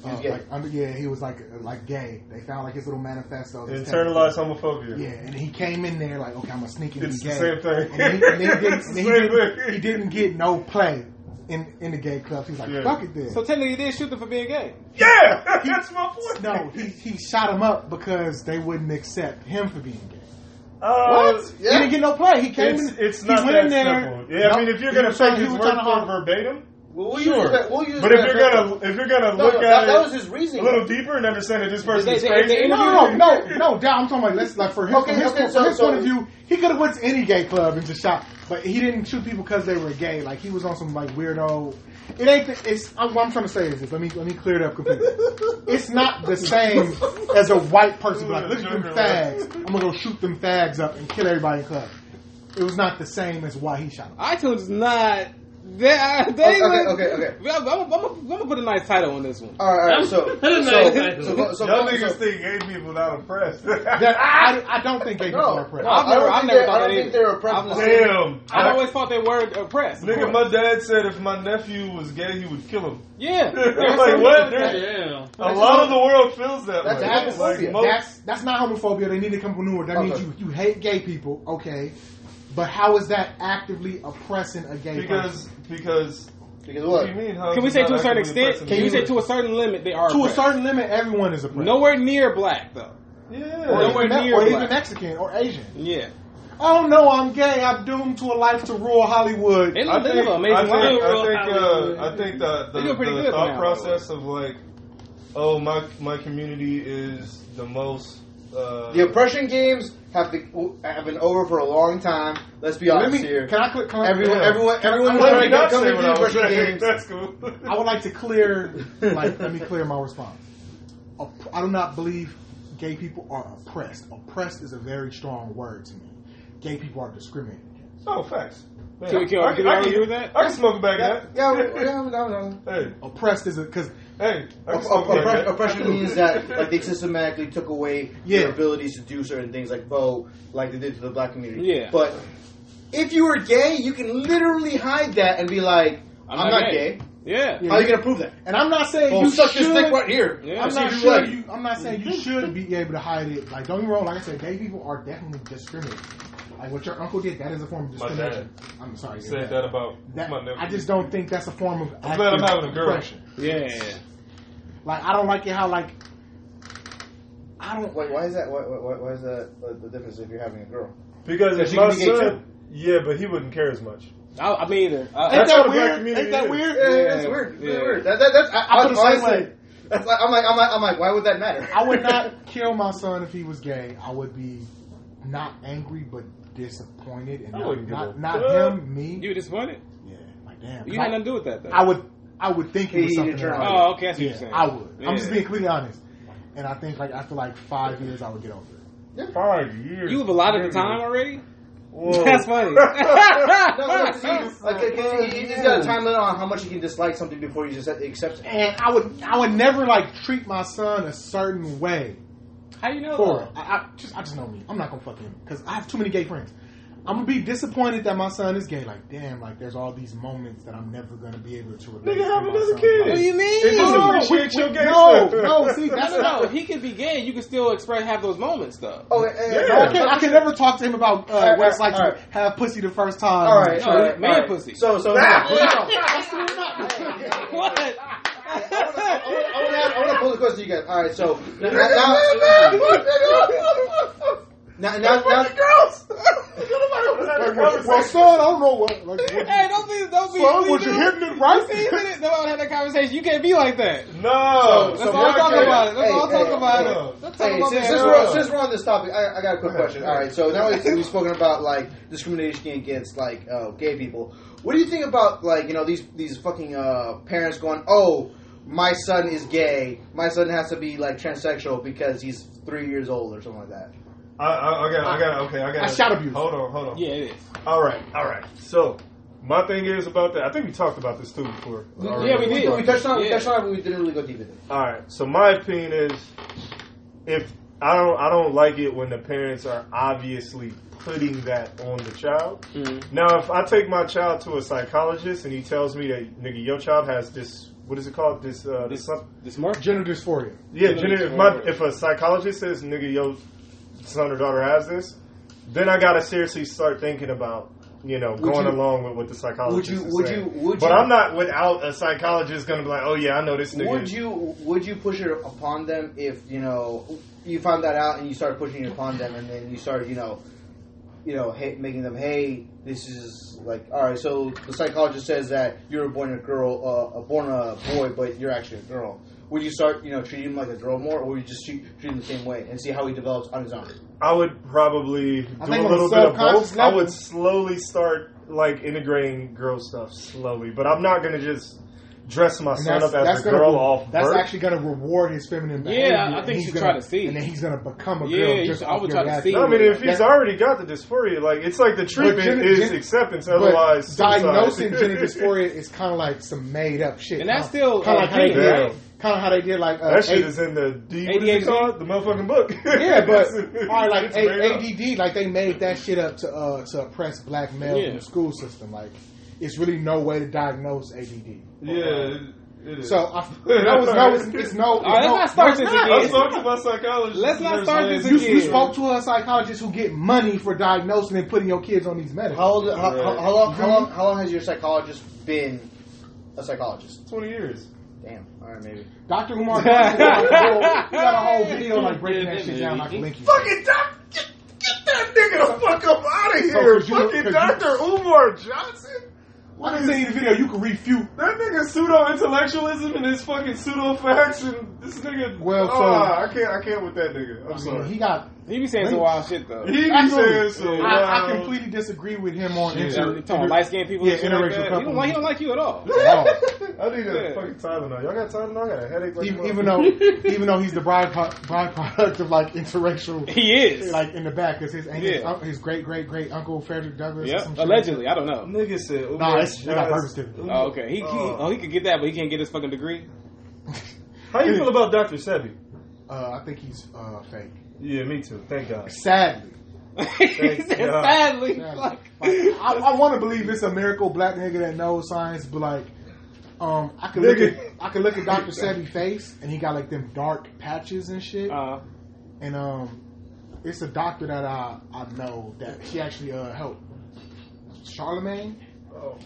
He was
uh,
gay.
like under, yeah, he was like like gay. They found like his little manifesto. his
Internalized homophobia.
Yeah, and he came in there like, okay, I'm gonna sneak in
It's
and
the
gay.
same thing.
And he, and he didn't,
It's the
he,
same
didn't,
thing.
he didn't get no play in in the gay clubs. He's like,
Yeah.
fuck it then.
So technically, you did shoot them for being gay.
Yeah, that's my point.
no, he, he shot him up because they wouldn't accept him for being gay.
Uh,
He didn't get no play. He came
It's,
in.
it's
he
not
went
that
in there.
simple. Yeah, I
Nope.
mean, if you're
He
gonna
was
take
trying- he
his
was
word
trying to
for
harm-
verbatim,
Well, we'll
sure.
use that. We'll use
but if
that
you're
example.
gonna if you're gonna
No,
look
no,
at
that, that
it
was his reasoning.
a little deeper and understand that this person is
they- they-
crazy,
they-
No, no, no, no, no. Down. I'm talking about let's like for his,
Okay,
from his,
okay,
from
so-
his
so-
point of view, he could have went to any gay club and just shot, but he didn't shoot people because they were gay. Like he was on some like weirdo. It ain't. The, it's I'm, what I'm trying to say is this. Let me let me clear it up completely. it's not the same as a white person. Like look at them fags. I'm gonna go shoot them fags up and kill everybody in the club. It was not the same as why he shot. Them.
iTunes is not. They, they
Okay, okay, okay.
I'm, I'm, I'm, I'm gonna put a nice title on this one.
All right, all right. So,
I
so,
don't know
so,
exactly.
so, so,
Y'all
so,
niggas think gay people not oppressed.
That- I, I don't think gay people
No,
are oppressed.
no,
I've
I
never-
don't
I've
think
never
they-
thought
I
that
don't think
either.
they're
I'm
oppressed.
not-
Damn,
I always thought they were oppressed. of
nigga.
course.
My dad said if my nephew was gay, he would kill him.
yeah.
I'm like, what? There's-
Yeah.
A lot of the world feels that
That's
way.
homophobia.
Like, most-
That's that's not homophobia. They need to come from newer. That means
Okay.
you, you hate gay people, okay? But how is that actively oppressing a gay
because because
Because
what
what?
do you mean? Huh?
Can we say to a certain extent? Can you say to a certain limit they are
person? To a
oppressed.
certain limit, everyone is oppressed.
Nowhere near black though.
or,
Yeah.
nowhere
even,
near
or
black.
even Mexican or Asian.
Yeah.
Oh no, I'm gay. I'm doomed to a life to rural Hollywood.
They
I
live, they
think,
live an
I
amazing
think,
life.
I think, uh, I think that the,
They do pretty
the
good
thought
now.
process of like, oh my my community is the most uh,
The oppression games have to have been over for a long time. Let's be
Let
honest
me.
here.
Can I click? Can I,
Everyone,
Yeah.
everyone, everyone was
Let me
trying to
not
come
say
into
what I
the
was
oppression
saying.
games.
That's cool.
I would like to clear. Like, let me clear my response. Op- I do not believe gay people are oppressed. Oppressed is a very strong word to me. Gay people are discriminated. against.
Oh, facts. Man,
Can we- can we-
I,
can we
I,
argue
can,
with that?
I can smoke a bag
Yeah,
of
yeah,
that.
we- yeah, no, no.
Hey,
Oppressed is a because
hey, I can
Op-
smoke
op-
a bag
oppre-
of that.
Oppression means that like they systematically took away
Yeah.
your abilities to do certain things, like vote, like they did to the black community.
Yeah.
But if you were gay, you can literally hide that and be like,
I'm not
"I'm, not,
gay."
gay.
Yeah.
Yeah,
How are you
you-
gonna prove that?
and I'm not saying
Well,
you
suck
should.
this dick right here.
Yeah.
I'm
See
not
if you're
sure.
right.
You, I'm not saying you should be able to hide it. Like, don't get me wrong. Like I said, gay people are definitely discriminated. Like what your uncle did, that is a form of
My dad.
discrimination. I'm sorry. your
Said
dad.
that about
That-
my nephew.
I just don't think that's a form of.
I'm glad I'm
active
having a girl.
oppression.
Yeah.
Like I don't like it how like I don't
Wait, why is that? Why, why, why is that uh, the difference if you're having a girl?
Because
Because
if
you
my
can be gay
son, yeah, but he wouldn't care as much.
I, I mean,
Uh,
either. I,
That's
I-
how the black community
Ain't that
is.
weird?
Yeah,
Yeah,
that's weird.
yeah.
That's weird. That, that, that's, I, I,
I feel the same
honestly,
way.
that's like, I'm like, I'm like, I'm like, why would that matter?
I would not kill my son if he was gay. I would be not angry but disappointed, and
I
not
wouldn't
not,
give a
not
fuck.
him, me.
you were disappointed.
yeah, like damn.
You
I,
had nothing to do with that, though.
I would I would think it was
He
something.
turned
that I
on.
would-
oh, okay. I see what you're
yeah,
saying.
I would. I'm just
Yeah.
being completely honest, and I think like after like five years, I would get over it.
Five years.
You have a lot of the time already.
Whoa.
That's funny.
No, no, 'cause you- like, you- you, you just got a time limit on how much you can dislike something before you just accept it.
And I would I would never like treat my son a certain way.
How you know?
Four.
that?
I, I just I just know me. I'm not gonna fuck him because I have too many gay friends. I'm gonna be disappointed that my son is gay. Like damn, like there's all these moments that I'm never gonna be able to relate.
Nigga, have
to my
another
son.
kid.
What do you
They
mean?
just
No,
appreciate
we-
your
we-
gay
no,
stuff.
no, see,
No,
that's
no, no.
not.
He could be gay. You could still express have those moments, though.
Oh, eh, eh,
Yeah.
no,
I can, I can never talk to him about uh,
Alright,
what it's like
alright.
to have pussy the first time.
All right,
No,
all right,
man
all right.
pussy.
So, so.
What?
I want to I want to pose a question to you guys. All right, so now now now, now, now,
Well, son, I don't know what. Like, what
hey, don't be, don't be.
son, was you hitting it right?
See, nobody had that conversation. You can't be like that.
No.
That's
so
all I'm
Mark,
talking
hey,
about. That's all I'm
hey,
talking
hey,
about. That's all
Hey,
about
since,
that.
since, we're, since we're on this topic, I, I got a quick question. All right, so now we've, we've spoken about like discrimination against like uh, gay people. What do you think about like you know these these fucking uh, parents going, oh, my son is gay, my son has to be like transsexual because he's three years old or something like that.
I, I, I got. I got. Okay. I got.
I shot abuse.
Hold on. Hold on.
Yeah, it is.
All right. All right. So my thing is about that. I think we talked about this too before. All right.
Yeah, we did.
We touched on we
Yeah.
touched on it, but we didn't really go deep into it.
All right. So my opinion is, if I don't, I don't like it when the parents are obviously putting that on the child.
Mm-hmm.
Now, if I take my child to a psychologist and he tells me that nigga, your child has this, what is it called? This, uh, this,
This,
some-
this Mark.
Gender dysphoria.
yeah.
Gender
Gender, if, my,
dysphoria.
if a psychologist says nigga, your son or daughter has this, then I gotta seriously start thinking about. You know, going
you-
along with what the psychologist
would you-
is
would
saying.
you- would
but
you-
I'm not without a psychologist going to be like, oh yeah, I know this nigga.
Would
is-
you would you push it upon them if you know you found that out and you started pushing it upon them and then you started you know you know hey, making them hey this is like all right so the psychologist says that you were born a girl uh, uh, born a boy but you're actually a girl would you start you know treating him like a girl more or would you just treat, treat him the same way and see how he develops on his own
I would probably do
think
a
on
little
a
bit of
subconscious
both. I
level-
would slowly start like integrating girl stuff slowly, but I'm not gonna just dress my
And
son up as a
gonna
girl
re-
off
That's
birth.
actually going to reward his feminine
Yeah,
behavior.
I
and
think
he's
you should
gonna-
try to see.
And then he's going to become a girl.
Yeah, you
just
should- I
off
would
your
try to
reaction.
see.
No, I mean, if he's
That-
already got the dysphoria, like it's like the treatment
gender-
is
gen-
acceptance.
but
Otherwise, suicide.
diagnosing gender dysphoria is kind of like some made up shit.
And that's still
kind of like how they
opinion,
did,
right?
kind of how they did like uh,
that shit
A-
is in the D, what is
ADHD?
it called? The motherfucking book.
Yeah, but
It's-
all right, like
it's
A-
made up.
ADD, like they made that shit up to uh, to oppress black males
Yeah.
in the school system. Like, it's really no way to diagnose ADD.
Yeah, it is.
So I, no, it's no, it's, it's no.
All right,
it's no-
let's not start
no, it's
this again.
not.
I talked to my psychologist.
Let's not
There's
start
like-
this
You, you
again.
spoke to a psychologist who get money for diagnosing and putting your kids on these medicines.
how old how, how,
Right.
how long how long how long has your psychologist been a psychologist
Twenty years.
damn all right maybe
Dr. Umar, Dr. Umar, he got a whole video like breaking that shit down. I can link you.
Fucking doc, get, get that nigga the fuck up out of here.
'cause you-
fucking
'cause you-
Dr. Umar Johnson?
I can send you the video. You can refute.
That nigga pseudo intellectualism and his fucking pseudo facts and this nigga.
Well, so-
Ah, I can't, I can't with that nigga. I'm
I mean,
sorry.
he got.
He be saying some wild shit though.
He be saying so.
I, I
wild-
completely disagree with him on
Yeah,
inter-
you talking light skinned people.
Yeah,
and shit like
interracial
that. He don't, like, he don't like you at all.
Oh.
I need a
Yeah.
fucking Tylenol. Y'all got Tylenol? I got a headache. Like
even, even though even though he's the byproduct, byproduct of like interracial
He is.
like in the back because his aunt- his,
Yeah.
un- his great great great uncle Frederick Douglass or
yep.
some shit.
Allegedly, I don't know.
nigga said, Umar
Nah, it's- it got
Johnson-
purpose to it.
Oh, okay. He, he
Oh.
oh he could get that, but he can't get his fucking degree.
How you feel about Dr. Sebi?
Uh, I think he's uh, fake.
Yeah, me too. Thank God.
Sadly,
he said,
God.
sadly,
Sadly.
like,
Like, I, I want to believe it's a miracle black nigga that knows science, but like Um, I could look at
Nigga.
I could look at Doctor Sebi's face, and he got like them dark patches and shit.
Uh,
and um, it's a doctor that I I know that she actually uh helped Charlemagne.
Oh,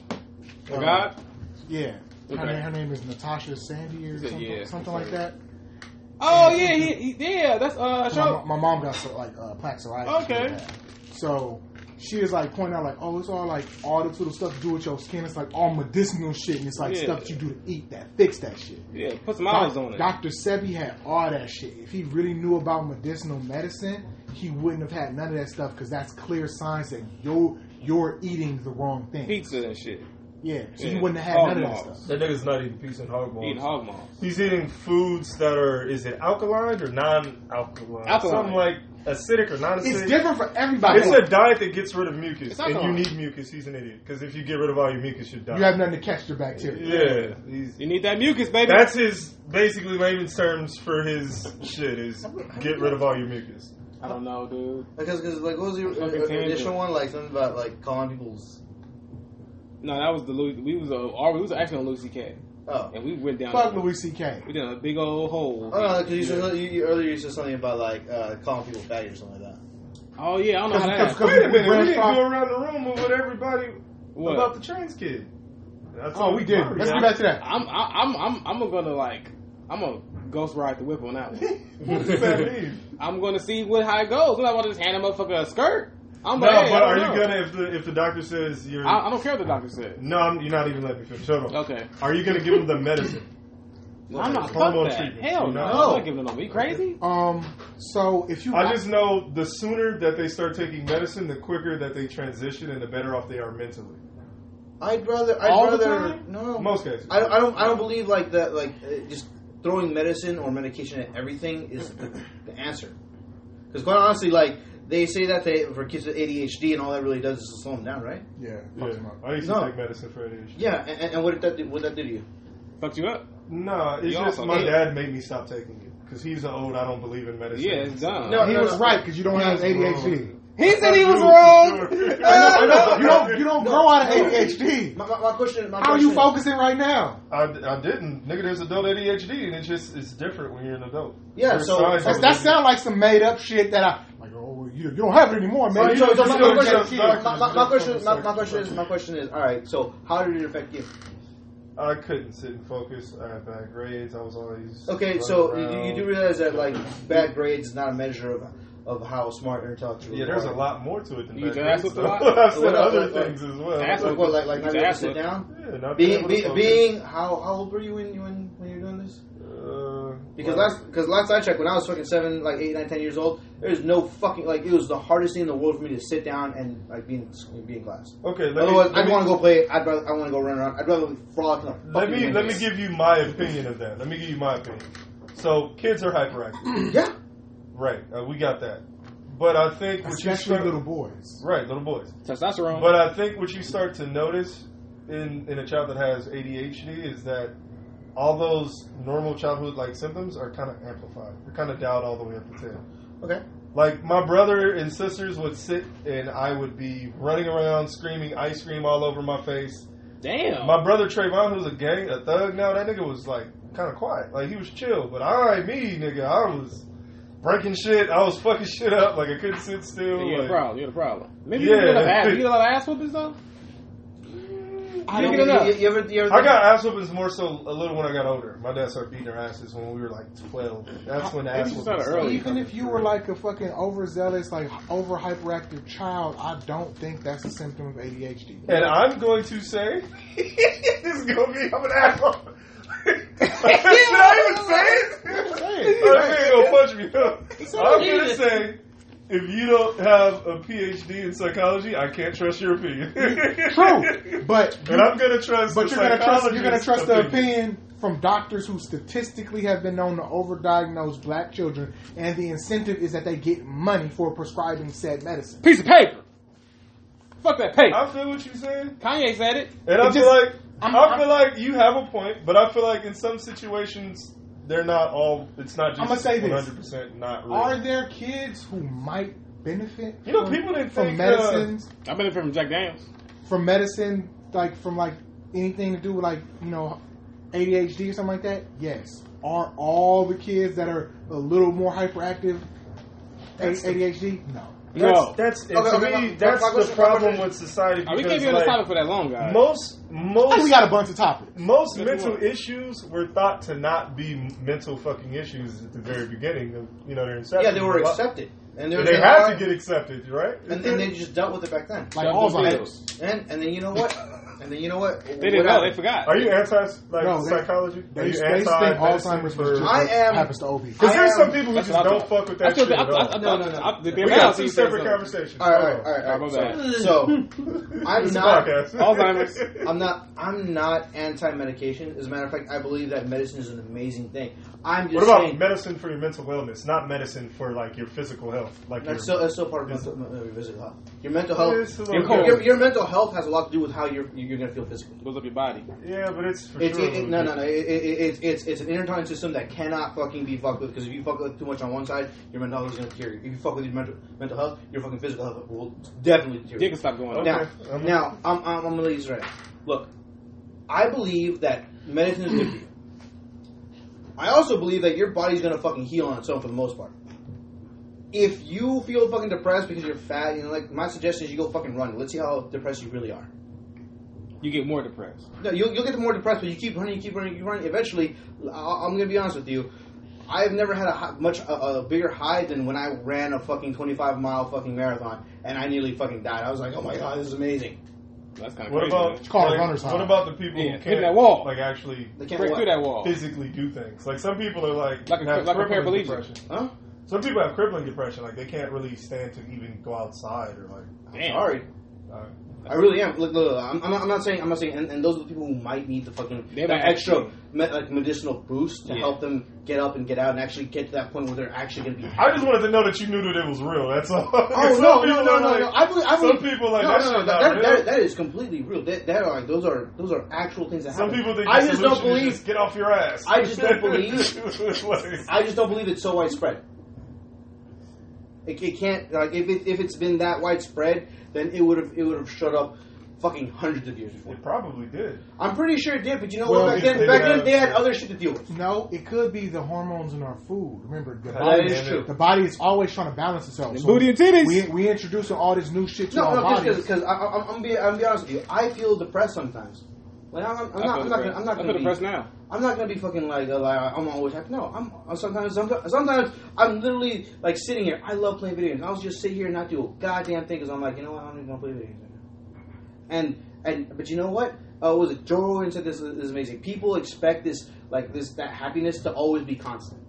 the God?
Yeah, her,
Okay.
name, her name is Natasha Sandy or
Is it-
something,
yeah,
something
that's
like that.
Oh yeah, he, he, yeah. That's uh,
My,
Charlotte.
my mom got so, like uh, plaque psoriasis.
Okay.
really bad. So she is like pointing out like, oh, it's all like all this little stuff to do with your skin. It's like all medicinal shit, and it's like
Yeah.
stuff that you do to eat that fix that shit.
Yeah, put some miles on it.
Dr. Sebi had all that shit. If he really knew about medicinal medicine, he wouldn't have had none of that stuff because that's clear signs that you're you're eating the wrong thing.
Pizza and shit.
yeah, so
Yeah. Oh,
you wouldn't have had
Hog
none of that
maws.
stuff.
that nigga's not eating piece and hog
Eating
balls.
hog maws.
He's eating foods that are is it alkaline or non-alkaline?
Alkaline.
Something like acidic or non-acidic.
It's different for everybody.
It's a diet that gets rid of mucus,
It's
and you
alkaline.
need mucus. He's an idiot because if you get rid of all your mucus, you die.
you have nothing to catch your bacteria.
yeah, he's,
You need that mucus, baby.
that's his basically layman's terms for his shit is get rid of all your mucus.
I don't know, dude.
Because, cause, like, what was your uh,
Fucking tangent.
additional one? Like, something about, like, calling people's.
No, that was the Lu- we was uh, we was actually on Lucy Cat,
Oh.
and we went down.
Fuck Louis C.K.
We did a big old hole.
Oh, no, because you, said you, you earlier you said something about, like, uh, calling people faggot or something like that.
Oh yeah, I don't know how that. happened.
Cause- cause-
Wait a minute, we
Branched
didn't
off-
go around the room with everybody
What?
about the trans kid. That's
Oh, we did. Let's get back to that.
I'm I- I'm I'm I'm gonna like I'm gonna ghost ride the whip on that one.
What does that mean?
I'm gonna see what how it goes. I'm not about to just hand a motherfucker a skirt. I'm
No,
like, hey,
but
I
are
don't
you
know.
gonna if the if the doctor says you're
I, I don't care what the doctor said.
no, I'm, you're not even letting me finish. Shut up.
Okay.
Are you gonna give him the medicine?
I'm not fuck
hormone
that.
treatment.
Hell
You
no.
know?
I'm not giving it no. You crazy?
Um, so if you,
I just know the sooner that they start taking medicine, the quicker that they transition and the better off they are mentally.
I'd rather. I'd
All the
rather.
time?
No.
Most cases.
I, I don't. I don't believe like that. Like uh, just throwing medicine or medication at everything is the, the answer. Because quite honestly, like they say that to, for kids with ADHD and all that really does is slow them down, right?
yeah, fuck
Yeah.
him up.
I used to
No.
take medicine for ADHD.
Yeah. And, and- and what did that do, what did that do to you?
Fucked you up?
No, it's
You
just
also
my
did.
dad made me stop taking it because he's an old. I don't believe in medicine.
Yeah, it's done.
No,
he
no,
was
no.
right because you don't have
He was
ADHD.
He said he
You,
was
for
wrong.
sure.
I know,
I
you don't you don't grow out of ADHD.
My, my, my question. My
How are
question
you focusing right now?
I, I didn't, nigga. There's adult ADHD, and it's just it's different when you're an adult.
Yeah,
There's
so-
signs
That's,
of
that
it.
sound like some made up shit that I like. Oh, you, you don't have it anymore,
All
man.
right,
You
so-
don't-
so
you
My
don't
my
have
question
kids.
my- my- my question- my- my question is. My question is. All right. So how did it affect you?
I couldn't sit and focus. I had bad grades. I was always
Okay.
running
So you, you
around.
do realize that like bad grades is not a measure of of how smart or intellectual.
Yeah,
you
there's
are.
a lot more to it than
You
that.
can ask us a lot.
I've said
What else?
other
Like, like,
things as well.
ask us.
Like what? Like like
It's
not being able to
ass
sit
look.
down.
Yeah, not
Being,
being,
be, being, how how old were you when you when, when you were doing this?
uh,
Because
well,
last because last I checked, when I was fucking seven, like eight, nine, ten years old, there was no fucking like it was the hardest thing in the world for me to sit down and like be in, be in class.
okay, let me,
Otherwise,
let
I'd
me,
want to go play. I'd rather I want to go run around. I'd rather frolic in a fucking.
let me let me
wilderness.
give you my opinion of that. Let me give you my opinion. So kids are hyperactive,
Yeah,
right? Uh, we got that, but I think what you
Especially
start,
little boys.
right little boys.
Testosterone.
But I think what you start to notice in in a child that has ADHD is that all those normal childhood like symptoms are kind of amplified. They're kind of dialed all the way up to ten.
okay.
Like my brother and sisters would sit, and I would be running around screaming ice cream all over my face.
Damn.
My brother Trayvon, who's a gang, a thug now, that nigga was like kind of quiet, like he was chill. But I, me nigga, I was breaking shit. I was fucking shit up. Like I couldn't sit still.
you're the
like-
problem. You're the problem. Maybe
Yeah.
you get enough ass. You get a lot of ass whoopings though. I don't
You, you,
get enough.
you, you ever you ever
I got ass whoopings more so a little when I got older. My dad started beating our asses when we were like twelve. That's when ass
Maybe you started
whoopings.
early.
Even if you were like a fucking overzealous, like over hyperactive child, I don't think that's a symptom of ADHD.
And I'm going to say, this is going to be, I'm an asshole. Should I even say it? I'm going to punch me up. I'm going to say, if you don't have a PhD in psychology, I can't trust your opinion.
True, but
And I'm going to trust
but
the
you're gonna trust you're gonna
psychologist's
trust the opinion from doctors who statistically have been known to overdiagnose black children, and the incentive is that they get money for prescribing said medicine.
Piece of paper. Fuck that paper.
I feel what you're saying.
Kanye said it.
And I
It
feel
just-
like
I'm-
I
I'm-
feel like you have a point, but I feel like in some situations they're not all. It's not just
I'ma say this.
100 percent not real.
Are there kids who might benefit?
You know,
from,
people uh, didn't
from
think,
medicines,
I benefit from Jack Daniels.
from medicine, like from like anything to do with like you know ADHD or something like that? Yes. Are all the kids that are a little more hyperactive A-
That's the-
ADHD? No.
No.
That's, that's and
Okay,
to
okay,
me,
my-
that's
my
the
question- my
problem
question-
with society.
Uh, we
because,
can't be on this
like,
topic for that long, guys.
Most,
I think
most,
we got a bunch of topics.
most
Good
mental
one.
issues were thought to not be mental fucking issues at the very beginning of you know their inception.
Yeah, they were
But-
accepted, and
They,
were
had to get accepted, right?
and then they just dealt with it back then.
Like
Double
Alzheimer's.
deals.
And and then you know what? And then you know what?
They didn't
What
know. They
happened?
forgot.
Are you anti like
No, they-
psychology? Are
They,
you
they think
anti
Alzheimer's was just
I
what
am-
happens to OB.
Because there's
I
some
am-
people who
That's
just
what I
don't
thought.
fuck with
I
that
thought
shit
that- I
at
thought- I
all.
thought-
No, no, no.
I- the-
We
now
got
see
two
you say
separate
something.
conversations.
All right, all right, all
Oh,
Alright,
right.
my bad.
So I'm
It's a
not-
podcast.
Alzheimer's.
I'm not. I'm not anti-medication. As a matter of fact, I believe that medicine is an amazing thing. I'm just
What about
saying
medicine for your mental wellness, not medicine for like your physical health? Like your,
that's still that's still part of
It's-
mental, uh, your physical health. Your mental
Yeah,
health.
it's a
You're
little-
cold.
Your, your mental health has a lot to do with how you're you're gonna feel physically.
Builds up your body.
Yeah, but it's for
It's
sure.
it, it, no, no, no. It, it, it, it's- it's it's an intertwined system that cannot fucking be fucked with. Because if you fuck with it too much on one side, your mental health is gonna deteriorate. If you fuck with your mental mental health, your fucking physical health will definitely
Dick can
deteriorate.
stop going.
Okay. Uh-huh.
Now,
Now,
I'm-
now, I'm, I'm, I'm gonna leave this right. Look, I believe that medicine is good for you. I also believe that your body's gonna fucking heal on its own for the most part. If you feel fucking depressed because you're fat, you know, like my suggestion is you go fucking run. Let's see how depressed you really are.
you get more depressed.
No, you'll, you'll get more depressed, but you keep running, you keep running, you keep running. Eventually, I- I'm gonna be honest with you. I've never had a hi- much a, a bigger high than when I ran a fucking 25 mile fucking marathon, and I nearly fucking died. I was like, oh my god, this is amazing.
That's kind of
What
crazy.
about
man.
called
like,
runner's high.
What about the people
Yeah,
who
hit
can't
that wall.
like actually
They can't
break
what?
through that wall?
physically do things? Like some people are like
Like a-
have
like a paraplegic.
crippling depression.
Huh?
Some people have crippling depression, like they can't really stand to even go outside or like.
Damn.
Sorry,
Uh,
I really am. Look, look, look, I'm, I'm, not, I'm not saying I'm not saying, and, and those are the people who might need the fucking
They
that
might
extra
actually-
me, like medicinal boost to
Yeah.
help them get up and get out and actually get to that point where they're actually gonna be.
I just wanted to know that you knew that it was real. That's all.
Oh
Some
no, no,
people
no,
are
no,
like-
no! I believe, I
some
believe,
people like
no,
that
no,
shit
no,
not
that, that,
real.
that, that is completely real. That, that are those are those are actual things that
Some
happen.
people think
I
the
just don't
solution is
believe.
just get off your ass.
I just don't believe-
Like-
I just don't believe it's so widespread. It, it can't like if it, if it's been that widespread, then it would have it would have shut up fucking hundreds of years before.
it probably did.
I'm pretty sure it did, but you know
Well,
what? Back
if
then,
they
back then
have-
they had other shit to deal with.
No, it could be the hormones in our food. Remember, the
That
body,
is true.
the body is always trying to balance itself.
And booty and titties.
We, we introducing all this new shit to
No,
our
no,
bodies.
because I'm gonna be I'm be honest with you. I feel depressed sometimes. Like I'm, I'm,
I
I'm not
feel
I'm not gonna,
depressed.
I'm not
I feel
gonna be
depressed now.
I'm not gonna be fucking like, uh, like I'm always happy. No, I'm I'm sometimes sometimes sometimes I'm literally like sitting here. I love playing video games. I'll just sit here and not do a goddamn thing because I'm like, you know what? I don't even want to play video games right now. And and but you know what? Uh, was it Joe Rogan said this, this is amazing. People expect this like this that happiness to always be constant.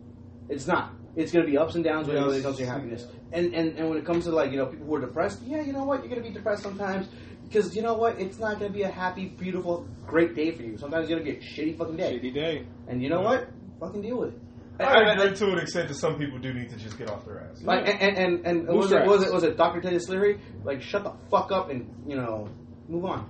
It's not. It's gonna be ups and downs when
Yes.
it comes to your happiness. And, and and when it comes to like you know people who are depressed, yeah, you know what? You're gonna be depressed sometimes because you know what? It's not gonna be a happy, beautiful, great day for you. Sometimes it's gonna be a shitty fucking day.
Shitty day.
And you know what? Fucking deal with it.
I agree to an extent that some people do need to just get off their ass.
Like and and, and, and
Who's
was, it,
right?
was it was it Dr. Teddy Leary? Like shut the fuck up and you know move on.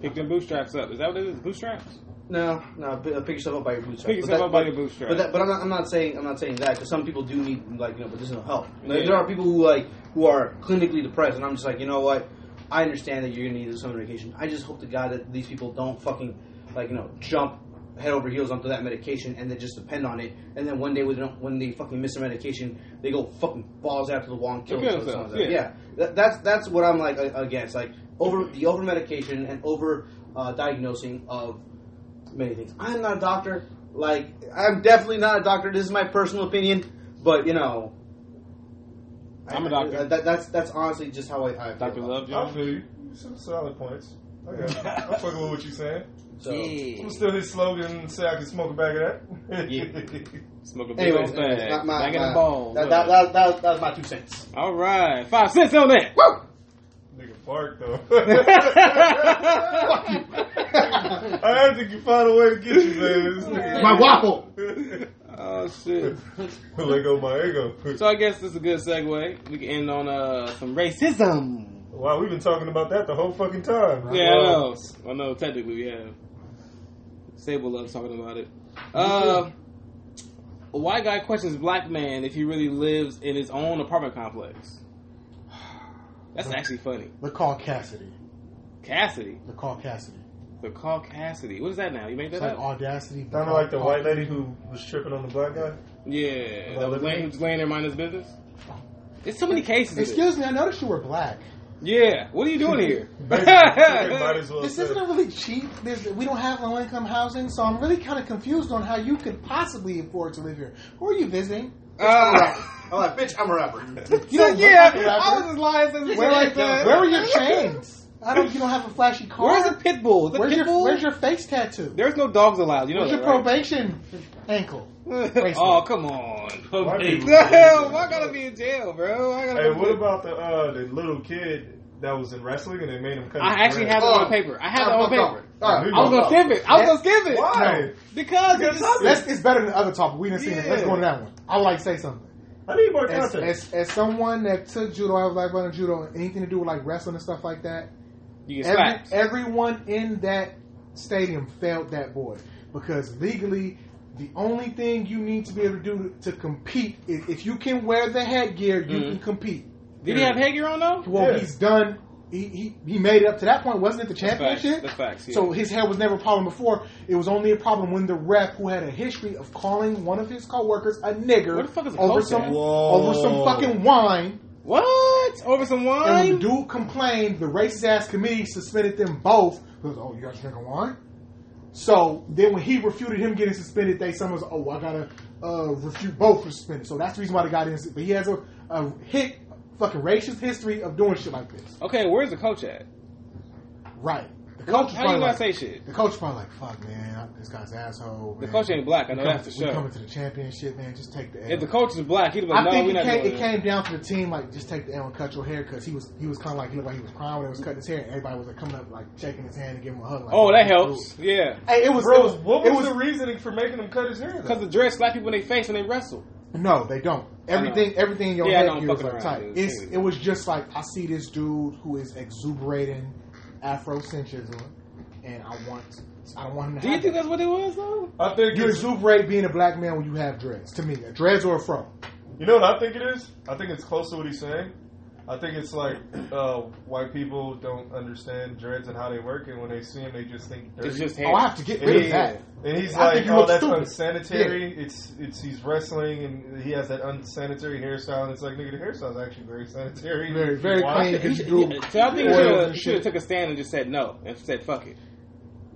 Pick them bootstraps up. Is that what it is? Bootstraps?
No, no, p- uh, pick yourself up by your bootstraps.
Pick
But
yourself
that-
up by
but-
your bootstraps.
But that, but I'm not, I'm not saying I'm not saying that because some people do need like you know medicinal help. Like,
Yeah.
There are people who like who are clinically depressed, and I'm just like you know what? I understand that you're gonna need some medication. I just hope to God that these people don't fucking like you know jump head over heels onto that medication and then just depend on it. And then one day when they, don't, when they fucking miss a medication, they go fucking balls after the wall and kill
They kill themselves,
themselves. Something like that.
yeah.
yeah. That, that's that's what I'm like uh, against, like over the over medication and over uh, diagnosing of many things. I'm not a doctor. Like I'm definitely not a doctor. This is my personal opinion, but you know,
I'm
I-
a doctor.
I- that, that's that's honestly just how I, I feel
Dr.
about
Love
I
Jones.
feel you. Some solid points. I got you. I'm fucking with what you're saying.
it. So,
I'm still his slogan, say I can smoke a bag of that.
Yeah. Smoke a big
Anyways,
old
anyways,
bag.
not my,
Back in
my-
the balls.
That, that, that, that, that was my two cents.
All right. Five cents on that.
Nigga bark though. I had to find a way to get you, man. This nigga.
My waffle.
oh, shit.
Let go my ego.
So I guess this is a good segue. We can end on uh, some racism.
Wow, we've been talking about that the whole fucking time.
Yeah, I
Wow.
know. I know. Technically, we have. Sable loves talking about it. Uh, a white guy questions black man if he really lives in his own apartment complex. That's actually funly.
The call Cassidy.
Cassidy.
The call Cassidy.
The caucasity. What is that now? You made that
It's like
up?
audacity.
Kind of like the white lady who was tripping on the black guy.
yeah. That was laying,
About liberty?
who's laying there minding his business? There's so many cases. of this.
Excuse me, I noticed you were black.
Yeah. What are you doing here? Uh,
Basically, might as well
This
say-
isn't really cheap. There's, we don't have low income housing, so I'm really kind of confused on how you could possibly afford to live here. Who are you visiting?
Uh,
I'm like, bitch, I'm a rapper.
You don't
yeah,
look like
I
a
was
rapper.
just lying since we
Where,
like that.
where are your chains? I don't. You don't have a flashy car.
Where's the pit bull? Is it
Where's
pit
your
bull?
Where's your face tattoo?
There's no dogs allowed. You know
Where's your
that, right?
probation ankle?
oh, come on.
Why people-
Hell, why gotta be in jail, bro? Why gotta
Hey,
be-
what about the uh, the little kid that was in wrestling and they made him cut?
I
his
actually have
dreads?
it on paper. I have it on paper.
All
Dude,
right.
I was gonna skip it. I was gonna skip it.
Why?
Because it's
Let's, it's better than the other topic. We didn't see it. Let's
Yeah.
go on that one. I would like to say something.
I need more
As,
content.
as, as someone that took judo, I have black belt in judo, and anything to do with like wrestling and stuff like that.
you get
Every,
slapped.
everyone in that stadium failed that boy because legally, the only thing you need to be able to do to compete is if you can wear the headgear, you
Mhm.
can compete.
Did he have headgear on though?
Well,
Yeah.
he's done. He, he he made it up to that point, wasn't it? The
facts.
championship.
That's facts, yeah.
So his hair was never a problem before. It was only a problem when the ref, who had a history of calling one of his coworkers a nigger
What the fuck is a
over
coach
some
at?
over some fucking wine,
What? Over some
and when
wine?
the dude complained, the racist ass committee suspended them both. Because oh, you guys drinking wine. So then when he refuted him getting suspended, they someone was oh I gotta uh, refute both for suspended. So that's the reason why they got in. But he has a, a hit fucking racist history of doing shit like this.
Okay, where's the coach at?
Right. The coach is
How you
probably
gonna
like,
say shit?
the coach probably like, fuck man, this guy's an asshole.
The
man.
coach ain't black. I
We
know
coming
that for
to- we
sure.
coming to the championship, man. Just take the. L.
If the coach is black, he'd be
I
like, no,
think
we're
it
not
came,
doing that.
it came down to the team, like just take the L and cut your hair, because he was he was kind of like he looked like he was crying when he was cutting his hair. And everybody was like coming up, like shaking his hand and giving him a hug. Like,
Oh, that
dude.
helps. Yeah.
Hey, it was it
Bro,
was
what was,
it was
the reasoning for making him cut his hair? though?
Because the dread slap people in their face and they wrestle.
No, they don't. Everything, everything in your
Yeah, I know,
head
I'm
gear is
fucking
like
around,
tight.
dude.
It's,
Seriously.
it was just like I see this dude who is exuberating Afrocentrism, and I want, I don't want him to.
Do you
have
think
that.
that's what it was, though?
I think
you
it's,
exuberate being a black man when you have dreads? To me, dreads or a fro.
you know what I think it is. I think it's close to what he's saying. I think it's like uh, white people don't understand dreads and how they work, and when they see him, they just think dirty.
It's just hair.
Oh, I have to get rid of
Yeah.
that.
And he's
I
like,
think you
"Oh,
look
that's
stupid."
unsanitary. It's it's he's wrestling, and he has that unsanitary hairstyle. And it's like, nigga, the hairstyle's actually very sanitary,
Very, very
Why?
clean.
He
Because you
should-
do
yeah, so I think
oils
you
and
should have
shit.
took a stand and just said no and said fuck it.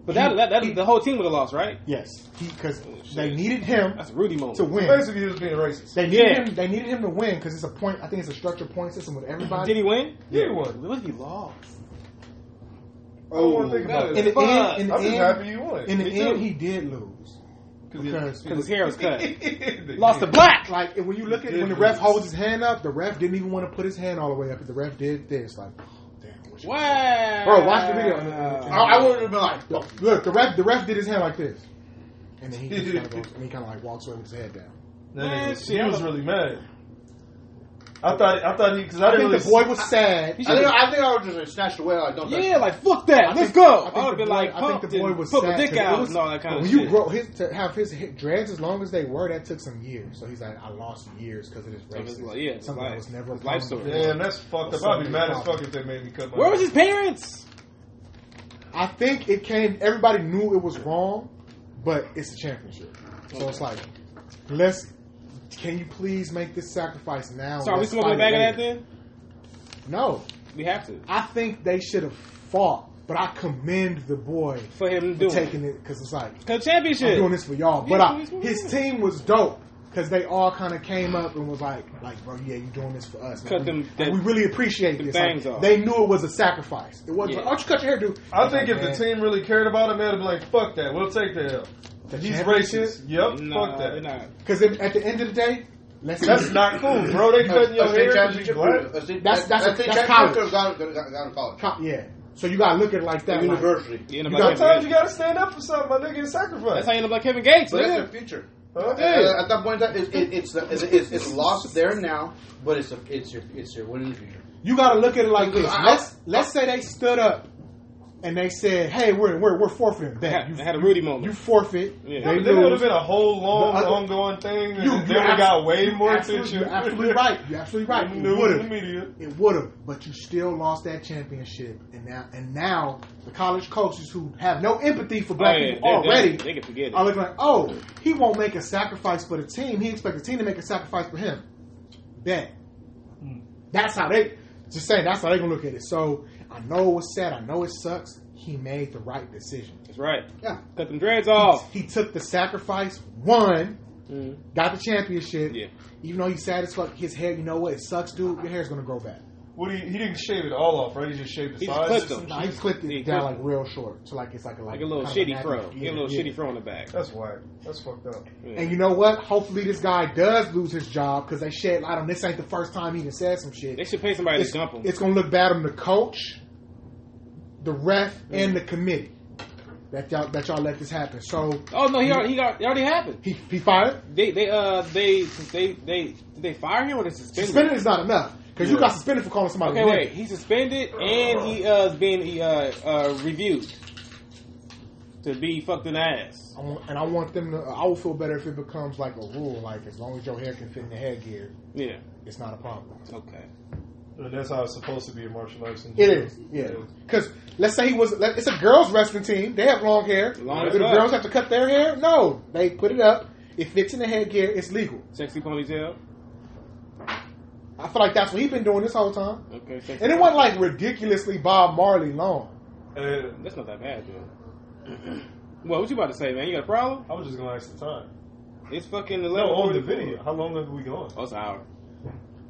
But that, that, that the whole team would have lost, right?
Yes, because
Oh, shit.
they needed him
That's a Rudy moment.
to win.
Basically, he was being racist.
They needed
Yeah.
him. They needed him to win because it's a point. I think it's a structured point system with everybody.
Did he win?
Yeah, he won.
What if he lost?
I don't want to think
that
about
is-
in
it.
the end, Oh, in the
I'm just
end,
happy you won.
in the
Me
end,
too.
he did lose. Because
Because his hair was cut.
lost
lost to black.
like when you look at when the ref holds his hand up, the ref didn't even want to put his hand all the way up. But the ref did this, like, damn, what you-
Wow.
bro, watch the video. And- and- and-
I, I would have been like, fuck.
Look, the ref, the ref did his hand like this, and then he just kind of goes, and he kind of like walks away with his head down.
Man,
That nigga,
shit,
he was
I'm-
really mad. I thought I thought he because I,
I
didn't
think
really
the boy was sad.
He
I
should've-
think I, think I would just like, snatched away. Like, don't. touch me.
yeah, like fuck that.
I
Let's
think-
go.
I
I, would
think,
have been
the boy,
like,
I
pumped
think the boy was
put the
sad
dick
'cause it
out
was-
and all that kind of
when
shit.
you grow his to have his hit dreads as long as they were, that took some years. So he's like, I lost years because of this
Of his
racism.
li- yeah, his
something
life-
that was never a
his life
problem
story.
before.
Damn, that's fucked up. I'd be mad as fuck if they made me cut my.
Where was his parents?
I think it came. Everybody knew it was wrong, but it's a championship, so it's like, let's. Can you please make this sacrifice now?
So are we
Let's
smoking a
fight
bag
it
of that
later.
then?
No,
We have to.
I think they should have fought, but I commend the boy
For him
for
doing it.
taking it because it's like
Cause championship.
I'm doing this for y'all.
Yeah,
But I,
that's what we
his
want.
team was dope because they all kind of came up and was like, like, bro, yeah, you doing this for us. man.
Cut
we,
them-
like,
that-
we really appreciate
them
this.
bangs
Like,
off.
They knew it was a sacrifice. It wasn't.
Yeah.
like, oh, you cut your hair, dude.
I think
Like,
if the
man,
team really cared about him, they'd be like, "Fuck that, we'll take that." L.
The
He's
championship?
racist. Yep,
Nah,
fuck
we're
that.
not.
Because at the end of the day, let's
That's not cool, bro. They cutting your
A state
hair because you
championship.
black.
a state-
That's- that's-
a state
that's
championship
college.
Got, got, got, got in college.
Co- yeah. So you gotta look at it like that. like,
University.
You end up like
You got
Kevin
Sometimes you
Gates.
gotta stand up for something, my nigga, and sacrifice.
That's how you end up like Kevin Gates,
But
nigga.
that's the future.
Huh?
At, at that point, in time, it, it, it's, it's, it's it's lost there now, but it's a, it's your it's your win in the future.
you gotta look at it like this.
I-
Let's let's say they stood up and they said, "Hey, we're we're, we're forfeiting that.
Had- had a Rudy moment.
You forfeit.
Yeah.
They
That would have
lose.
been a whole long,
The other-
ongoing thing.
You-
and
you
they would have got
abso-
way
you
more
absolutely-
attention.
You're absolutely right. You're absolutely right. It
News
would
and
have.
media.
It would have, but you still lost that championship, and now and now the college coaches who have no empathy for black
Oh, yeah,
people
they- they-
already
they can forget it.
are looking like, oh, he won't make a sacrifice for the team. He expects the team to make a sacrifice for him. Bet
Hmm.
that's how they just saying that's how they gonna look at it. So I know it's sad. I know it sucks. He made the right decision.
That's right.
Yeah,
Cut them dreads off.
he took the sacrifice, won, got the championship.
Hmm. Yeah.
Even though he's sad as fuck, his hair, you know what? It sucks, dude. Your hair's gonna grow back.
What he, he didn't shave it all off, right? He just shaved the
He just
sides.
clipped them.
Nah, he clipped it
He
down
clipped-
like real short, so like it's like a like,
Like a little
kind of
shitty
nappy-
fro. Get
yeah,
a little
yeah.
shitty fro on the back.
That's whack. That's fucked up.
And you know what? Hopefully this guy does lose his job because they shed light on this. Ain't the first time he even said some shit.
They should pay somebody
it's,
to dump them.
it's gonna look bad on the coach, the ref,
Mm.
and the committee that y'all that y'all let this happen. So
oh no, he already, he got, it already happened.
he he fired.
They they uh they they they did they fire him or they suspended?
Suspended
him?
is not enough because you got suspended for calling somebody.
Okay,
a nigga.
wait. He suspended and he uh is being he, uh uh reviewed to be fucked in the ass.
I want, and I want them to. I will feel better if it becomes like a rule. Like as long as your hair can fit in the headgear,
Yeah.
it's not a problem.
Okay.
And that's how it's supposed to be in martial arts. in
It
general.
is, yeah. Because let's say he was. let- It's a girls' wrestling team. They have long hair.
Long
Do the
as fuck.
girls have to cut their hair? No, they put it up. It fits in the headgear. It's legal.
Sexy ponytail.
I feel like that's what he's been doing this whole time.
Okay. Sexy
And it wasn't like ridiculously Bob Marley long.
And
That's not that bad, dude. well, what you about to say, man? You got a problem?
I was just gonna ask the time.
It's fucking
No,
eleven.
on the video. How long have we gone?
Oh, it's an hour.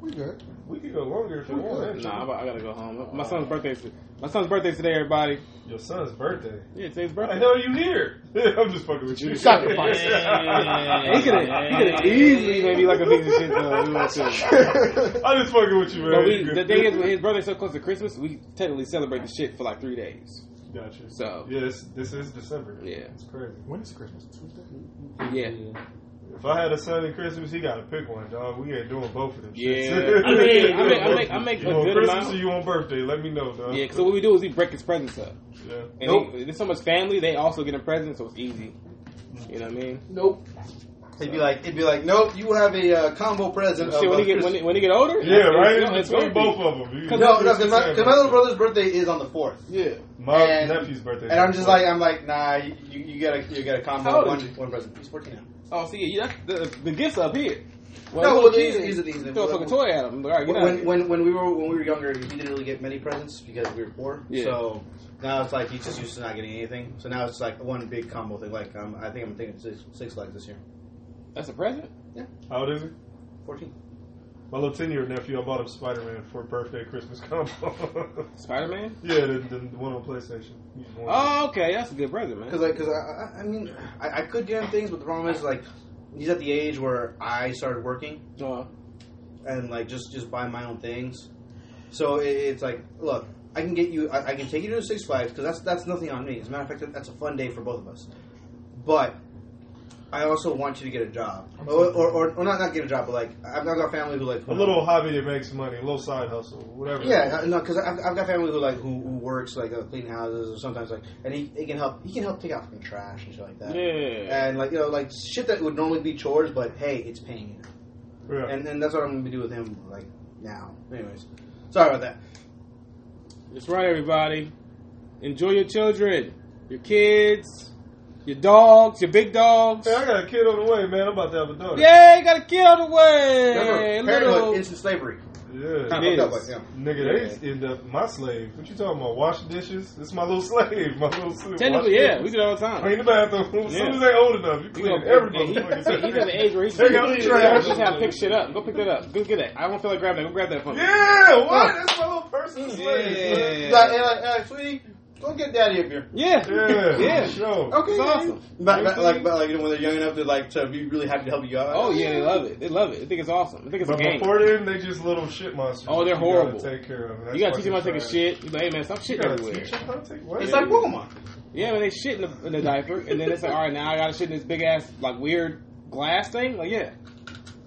We good.
We could go longer if you want. actually.
Nah, I'm about- I gotta go home. My son's birthday's my son's birthday's today, everybody.
Your son's birthday.
Yeah, today's
I
birthday.
know you here. I'm just fucking with you.
Sacrifice.
He could have he could have easily made me like a piece of shit though. We want to.
I'm just fucking with you, man.
But we,
You good.
the thing is, when his birthday's so close to Christmas, we technically celebrate the shit for like three days.
Gotcha.
So-
yeah, this, this is December.
Yeah.
it's crazy.
When is Christmas? Tuesday.
Yeah,
If I had a son in Christmas, he got to pick one, dog. We ain't doing both of them.
Yeah.
shits.
I mean, I make- I make- I make
you
a
want
good
Christmas
amount.
or you want birthday? Let me know, dog.
yeah. So what we do is we break his presents up.
Yeah.
And he- there's so much family, they also get a present, so it's easy. You know what I mean?
Nope. It'd be like it'd be like nope. You have a uh, combo present.
Shit,
of,
when
uh,
he get when he, when he get older,
Yeah, right.
It's,
It's
it's, it's
both of them. You-
Cause-
no, no, because my, 'cause my little brother's birthday is on the fourth.
yeah.
my
and-
nephew's birthday,
And I'm just like, I'm like, nah, you, you you gotta, you gotta
How
combo
old
one,
is
one present. He's 14 now.
Oh, see, yeah, that's the, the gifts up here. Well,
No,
look,
well, these-
easy.
these are these are-
Throw a fucking toy at him. All right, get out.
When, when, when we were, when we were younger, he didn't really get many presents because we were poor.
Yeah.
So now it's like he's just used to not getting anything. So now it's like one big combo thing. Like um, I think I'm thinking six, six legs this year.
That's a present.
how old is he?
14.
My little ten-year nephew. I bought him Spider-Man for a birthday Christmas combo.
Spider Man.
yeah, the, the one on PlayStation. He's one.
Oh, okay, that's a good present, man.
Because like, cause I, I, I mean, I, I could get him things, but the problem is like, he's at the age where I started working.
Uh,
and like just just buy my own things. So it, it's like, look, I can get you, I, I can take you to Six Flags because that's that's nothing on me. As a matter of fact, that, that's a fun day for both of us. But I also want you to get a job, or or, or, or not not get a job, but like I've, I've got family who like
a little hobby that makes money, a little side hustle, whatever.
Yeah, I- no, because I've, I've got family who like who, who works like uh, clean houses or sometimes like, and he, he can help he can help take out fucking trash and shit like that.
yeah.
And like you know like shit that would normally be chores, but hey, it's paying you.
Yeah.
And, and that's what I'm gonna do with him like now. Anyways, sorry about that.
That's right, everybody. Enjoy your children, your kids, your dogs, your big dogs.
Hey, I got a kid on the way, man. I'm about to have a daughter.
Yay, got a kid on the way.
Remember,
Little.
parenthood, instant slavery.
Yeah.
It
Fucked up
is.
like, yeah.
Nigga, they end up my slave. What you talking about? Wash dishes? This is my little slave. My little slave.
Technically,
Wash
yeah, we
dishes.
do that all the time.
Clean the bathroom. As
Yeah.
soon as they old enough, you
We
clean
go-
every
and he-
motherfucking
see, he's at the age where he's
Take out the
he's
trash.
just have pick shit up. Go pick that up. Go get that. I don't feel like grabbing that. Go grab that for me.
Yeah, what? That's my little personal slave.
Yeah.
Like, hey, like, hey, sweetie, go get daddy up here.
Yeah.
Yeah,
Yeah.
Sure.
Okay,
It's awesome.
But, but, like, but, like, you know, when they're young enough to like to be really happy to help you out.
Oh yeah, they love it. They love it. They think it's awesome. They think it's
But
a game.
before then, they just little shit monsters.
Oh, they're
You
horrible.
Gotta take care of them. That's
you gotta teach them how to
fucking
take a
trash.
shit. You like, hey man, stop
You
shit
gotta
everywhere.
teach them how to take what?
it's like Walmart.
Yeah, when they shit in the, in the diaper, and then it's like, all right, now I gotta shit in this big ass like weird glass thing. Like yeah,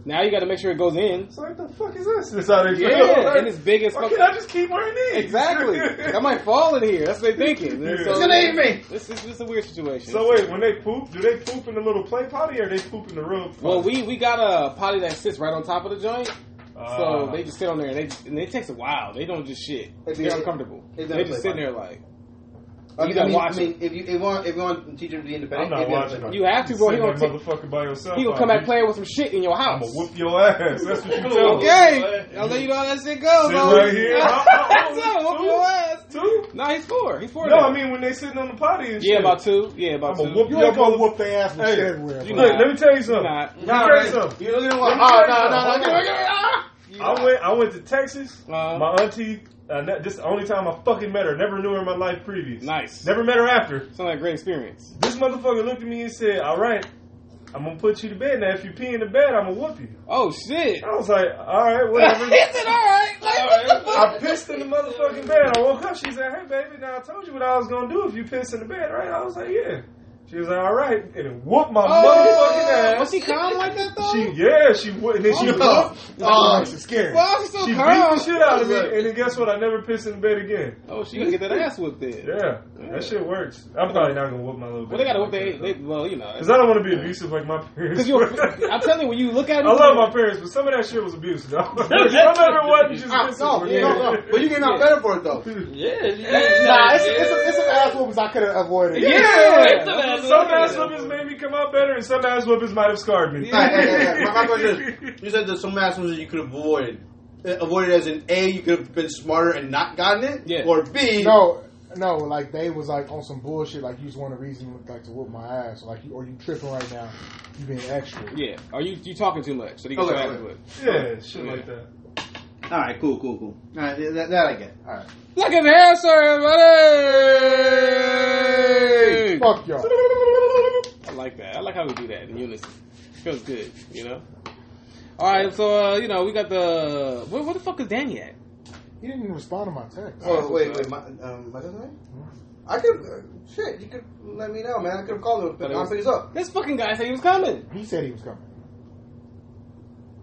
Now you got to make sure it goes in.
It's like, the fuck is this? That's how they feel.
Yeah,
Like,
and it's big as
Why
fuck.
can't I just keep wearing these?
Exactly. I might fall in here. That's what they're thinking.
Yeah.
So
It's
gonna eat me.
This is this is a weird situation.
so wait, when they poop, do they poop in the little play potty or they poop in the real? potty?
well, we we got a potty that sits right on top of the joint, so
Ah.
they just sit on there and they and it takes a while. They don't just shit.
If
They're
you-
uncomfortable.
if
They
they're
just
play
sitting there like
I
You
mean,
gotta
I mean,
watch
I mean if you, if you want if you want teacher to be
I'm
independent,
not
maybe that's
watching.
like-
it.
You have to, bro. He
Send
gonna
that
take-
motherfucker by yourself.
he gonna come back playing with some shit in your house.
I'm gonna whoop your ass. That's what you tell me.
Okay, I'll let you know how that shit goes.
Sit
though.
right here. Oh, How- how old
That's it,
is
whoop
two?
your ass.
Two?
No, he's four. He's four.
oh. No,
now.
I mean when they sitting on the potty and
yeah,
shit.
about two. Yeah, about
I'ma
two.
whoop
You
your
ain't gonna
mother-
whoop their ass with
Hey,
shit everywhere.
you
bro.
Look, let me tell you something.
Nah. Ah,
Let me
Nah,
tell you
man.
something.
You don't even
Let
want.
me
Oh
tell you
no no
something.
no!
Hold on.
Yeah.
I went. I went to Texas.
Uh-huh.
my auntie. Uh, ne- this is the only time I fucking met her. Never knew her in my life previous.
Nice.
Never met her after.
Sounds like a great experience.
This motherfucker looked at me and said, "All right, I'm gonna put you to bed. Now if you pee in the bed, I'm gonna whoop you."
Oh shit.
I was like, "All right,
Is
whatever."
it all right? Like, what the fuck?
I pissed in the motherfucking bed. I woke up. She said, "Hey, baby, now I told you what I was gonna do if you piss in the bed, right?" I was like, "Yeah." She was like, "All right," and it whooped
Oh,
my motherfucking
was
ass.
she calm like that though?
She, yeah, she whooped, and then she
Oh,
whooped.
Oh, it's scary.
well, she's so
She beat
calm.
the shit out of me, and then guess what? I never pissed in the bed again.
Oh, she gonna get that ass whooped then.
Yeah, that shit works. I'm probably not gonna whoop my little.
Well, they gotta whoop their. They, well, you know.
Because I don't want to be abusive like my parents.
Because you,
were.
I'm telling you, when you look at
I
it,
love my parents, but some of that shit was abuse. Though. some of it wasn't just
Ah,
abusive.
Oh,
no,
but
yeah,
yeah.
no, no.
But you getting out better for it though.
Yeah, you-
Nah, it's, it's, a, it's some ass whoopings I could have avoided.
Yeah.
It's a bad
Some
look.
ass whoopers made me come out better, and some ass whoopers might have scarred me.
Hey, hey, hey, hey. My- my question is, you said there's some mass ones that you could have avoided. Uh, Avoided as in A, you could have been smarter and not gotten it,
Yeah.
or B,
No, no, like they was like on some bullshit. Like you just want a reason like to whoop my ass, like you, or you tripping right now. You being extra.
Yeah. Are you you talking too much? So they get
Okay,
your ass
okay.
whooped.
Yeah, shit like that.
All right, cool, cool, cool. All right, that, that I get. All right.
Look at that, sir, buddy.
Fuck y'all.
I like that. I like how we do that in unison. Feels good, you know. All right, so uh, you know we got the where, where the fuck is Danny at?
He didn't even respond to my text.
Oh wait, wait, my, um, my cousin's name? I could, uh, shit, you could let me know, man. I could have called him,
But
but
it
I'll
was-
pick this up.
This fucking guy said he was coming.
He said he was coming.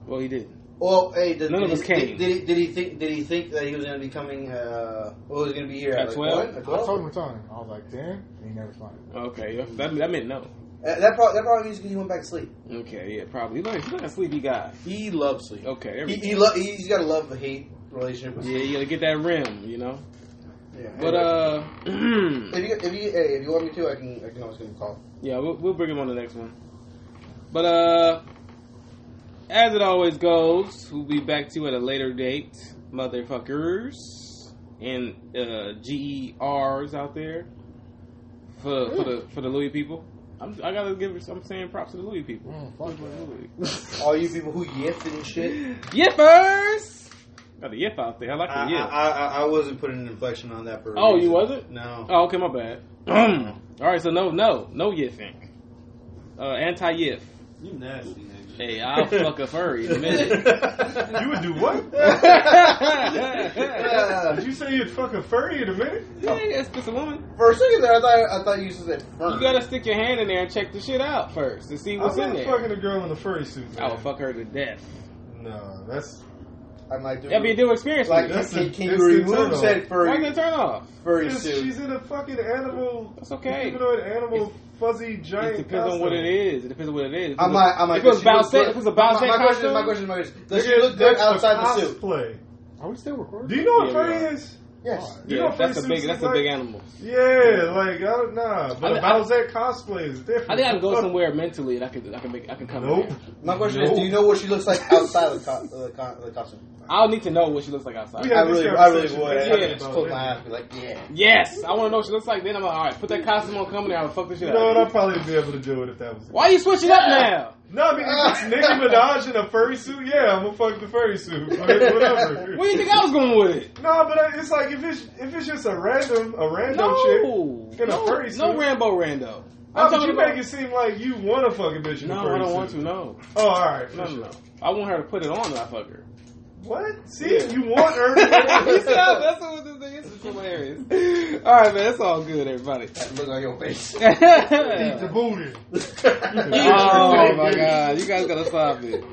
Well, he didn't.
Well, hey, did,
None
did
of us
he,
came.
Did, did he, did he think? Did he think that he was going to be coming? Uh, well, he was going to be here
At
at, like
12?
one,
I
at
told him
twelve.
the time. I was like, damn. And he never responded.
Okay, yeah, that, that meant no.
Uh, that probably that probably means he went back to sleep.
Okay, yeah, probably. He's like, he's like a sleepy guy.
He loves sleep.
Okay, there
He,
we
he lo- he's got a love hate relationship.
go.
With
yeah,
sleep.
you gotta get that rim, you know.
yeah.
But
anyway.
uh,
if you if you hey, if you want me to, I can I can always give him a call.
yeah, we'll, we'll bring him on the next one. But uh, as it always goes, we'll be back to you at a later date, motherfuckers and uh, gers out there for for the for the Louis people. I'm, I gotta give. I'm saying props to the Louis people.
Mm, fuck that.
All you people who yiff and shit.
Yippers! Got a yip out there. I like
I,
the yip.
I, I, I wasn't putting an inflection on that for. a
Oh,
reason.
you wasn't?
No.
Oh, okay, my bad. All right, so no, no, no yiffing. Uh, anti yiff.
You nasty.
Hey, I'll fuck a furry in a minute.
You would do what?
yeah,
Did you say you'd fuck a furry in a minute?
it's just a woman.
For a second there, I thought I thought you said
You
fern.
gotta stick your hand in there and check the shit out first to see what's in
I'm
Oh.
not
there.
fucking a girl in a furry suit.
I
Man.
would fuck her to death.
No, that's
I'm like, dude,
That'd be a new experience.
like,
Like,
That's
can,
the-
can
that's
you
the
remove
turtle.
said
why you gonna
furry
turn off?
furry
Yes,
suit?
she's in a fucking animal.
That's okay.
Humanoid animal, fuzzy giant.
It depends on what it is. It depends on what it is.
I'm like, I'm like,
if it was
she looks
Bowsette,
good.
if it was a Bowsette
My- my question
costume?
is- my question is, my question is, does
Does
she look good outside the suit?
cosplay.
Are we still
Do
recording?
you know what
Yeah,
furry
we are.
is?
Yes.
You
Yeah,
know
that's a
fursuits
big.
is
That's a
like-
big animal.
Yeah, like I don't know. But
I-
about that cosplay is different.
I think I can go somewhere mentally and I can I can make I can come.
Nope.
there.
My question
No.
is, do you know what she looks like outside of the, co- the, co- the costume?
I'll need to know what she looks like outside.
We
I
had this
really, I really
conversation
would.
with
I
you
could just
about
close
that.
my eyes and be like, yeah.
Yes, I want to know what she looks like. Then I'm like, all right, put that costume on, coming out, and fuck the shit
You
out.
know
of
what?
me.
I'd probably be able to do it if that was. it.
Why you switching up now?
No, I mean if it's Nicki Minaj in a furry suit, yeah, I'm gonna fuck the furry suit. Whatever.
Where do you think I was going with it?
No, but I- it's like if it's if it's just a random a random chick.
No,
in a
no,
furry suit.
no Rambo Rando.
No, but you make it seem like you want to fuck a bitch in a
No,
furry
I don't want
suit.
to. No,
Oh, all right.
no, no, no. I want her to put it on when I fuck her.
What? See, you want her? to-
You see how- that's what this thing is. It's hilarious. All right, man, that's all good, everybody.
Look on your face.
oh
booty.
my god, you guys gotta stop it.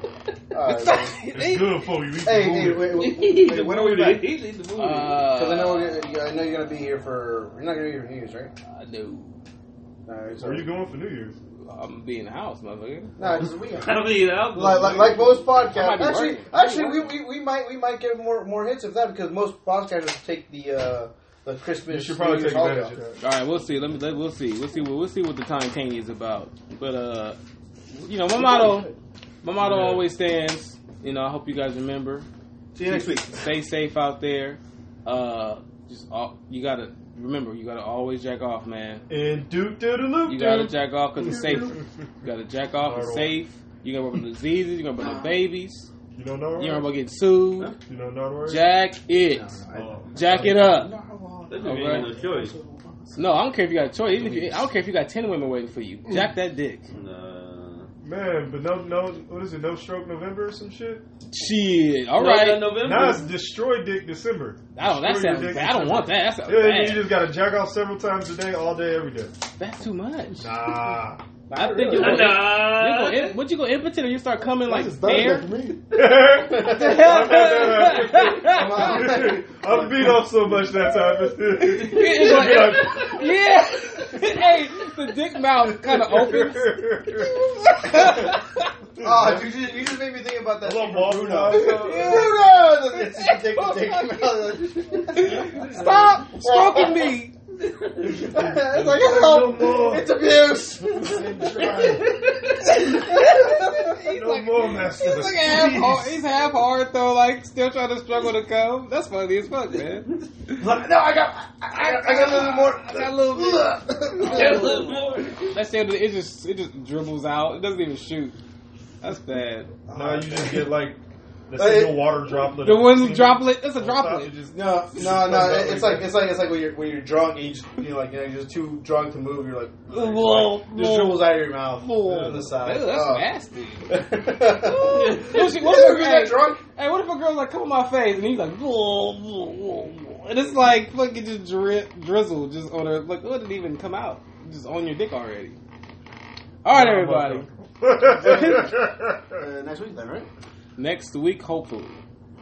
Alright,
It's
man.
like- they-
It's good for you. Eat
Hey,
the
hey,
booty.
wait,
He
wait,
needs
wait,
to
when are we
move
back?
it. He needs to move it.
Because I
Uh,
know we're gonna, I know you're gonna be here for. You're not gonna be here for New Year's, right?
I know.
Alright,
Where
sorry.
you going for New Year's?
I'm gonna be in the house, motherfucker.
Nah, just we.
I mean, I was
Like, like, like most
I might
podcasts,
be
actually,
working. I might be
actually, we, we, we might we might get more more hits of that because most podcasters take the uh, the Christmas.
You should probably
New
take
Year's
advantage
holiday
of
off.
that.
All right, we'll see. Let me. Let, we'll see. We'll see. What, we'll see what the time Kanye is about. But uh, you know, my motto, my motto
Yeah.
always stands. You know, I hope you guys remember.
See you next week.
Stay safe out there. Uh, just all, you gotta remember. You gotta always jack off, man.
And do do do loop.
You gotta jack off because it's safe. You gotta jack off. It's safe. You're gonna work with diseases. You're gonna work with babies.
You don't know.
You're
her?
gonna go get sued.
You don't know the word.
Jack it.
Oh.
Jack it up.
That didn't even
Okay.
have a choice.
No, I don't care if you got a choice. Even if you, I don't care if you got ten women waiting for you. Jack that dick.
Nah.
Man, but no, no, what is it? No stroke November or some shit.
Shit. All
No,
right.
not November.
Now it's destroy dick December.
I don't. That
Destroy
sounds
your dick
bad. I don't
December.
want that. That sounds
Yeah, you
bad.
just gotta jack off several times a day, all day, every day.
That's too much.
Nah.
I think
really.
you
Nah.
go. You go. Would you go impotent or you start coming like
That's just
there?
Thursday for me.
I'm beat off so much that time.
yeah. Yeah. hey, the dick mouth kind of opens.
Oh, you just, you just made me think about that.
Hello,
scene
boss.
from Bruno,
Bruno!
the- it's the dick- the dick mouth.
Stop stroking me.
it's like help!
more.
It's abuse.
he's
No
like,
more, master.
he's like half hard, he's half hard though, like still trying to struggle to come. That's funny as fuck, man.
no, I got, I, I got a little more.
I got a little bit.
Just a little more.
That shit, it just it just dribbles out. It doesn't even shoot. That's bad.
Nah, you just get like the
Hey.
single water droplet.
The
of
one
semen.
droplet. That's a
On top,
droplet.
you just-
No, no, no. it- It's like it's like it's like when you're when you're drunk and you just you're like you know, you're just too drunk to move. You're like
Whoa,
just
whoa.
dribbles out of your mouth
Whoa.
on the side.
Ew, that's
Oh.
nasty.
Ew,
What if- what if
you're
a-
that
hey,
drunk?
hey, what if a girl's like, come on my face, and he's like, whoa, whoa, whoa, whoa. and it's like fucking just drip, drizzle, just on her, like, it didn't even come out, just on your dick already. All right, everybody.
Uh, next week then, right?
Next week, hopefully,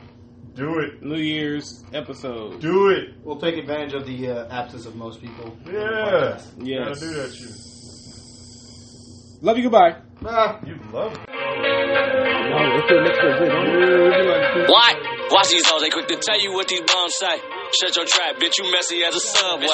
Do it.
New Year's episode.
Do it.
We'll take advantage of the uh, absence of most people.
Yeah.
Yes.
Gotta do that shit.
Love you. Goodbye.
Nah.
You love it.
Why? Watch these hoes, they quick to tell you what these bums say. Shut your trap, bitch, you messy as a subway.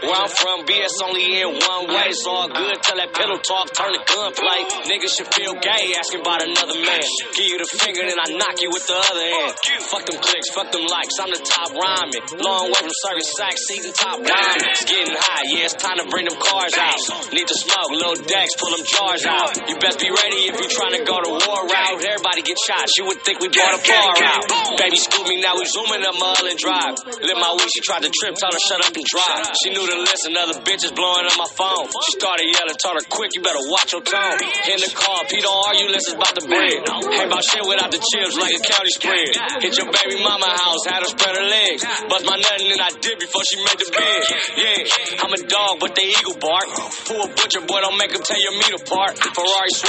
Where I'm from, BS only in one way. It's all good, tell that pillow talk, turn the gunplay. Niggas should feel gay, asking about another man. Give you the finger, then I knock you with the other hand. Fuck them clicks, fuck them likes, I'm the top rhyming. Long way from Circus Sacks, season top diamond. It's getting hot, yeah, it's time to bring them cars out. Need to smoke, little decks, pull them jars out. You best be ready if you tryna go to war route. Everybody get shot, you would think we bought a bar out. Baby scoop me, now we zooming up Mull and Drive. Lit my weed, she tried to trip, told her shut up and drive. She knew to listen, other bitches blowing up my phone. She started yelling, told her quick, you better watch your tone. In the car, P don't argue, less it's about the bread. Ain't about shit without the chips, like a county spread. Hit your baby mama house, had her spread her legs. Bust my nut and then I did before she made the bed. Yeah, I'm a dog, but they eagle bark. Fool a butcher, boy, don't make him tear your meat apart. Ferrari swap.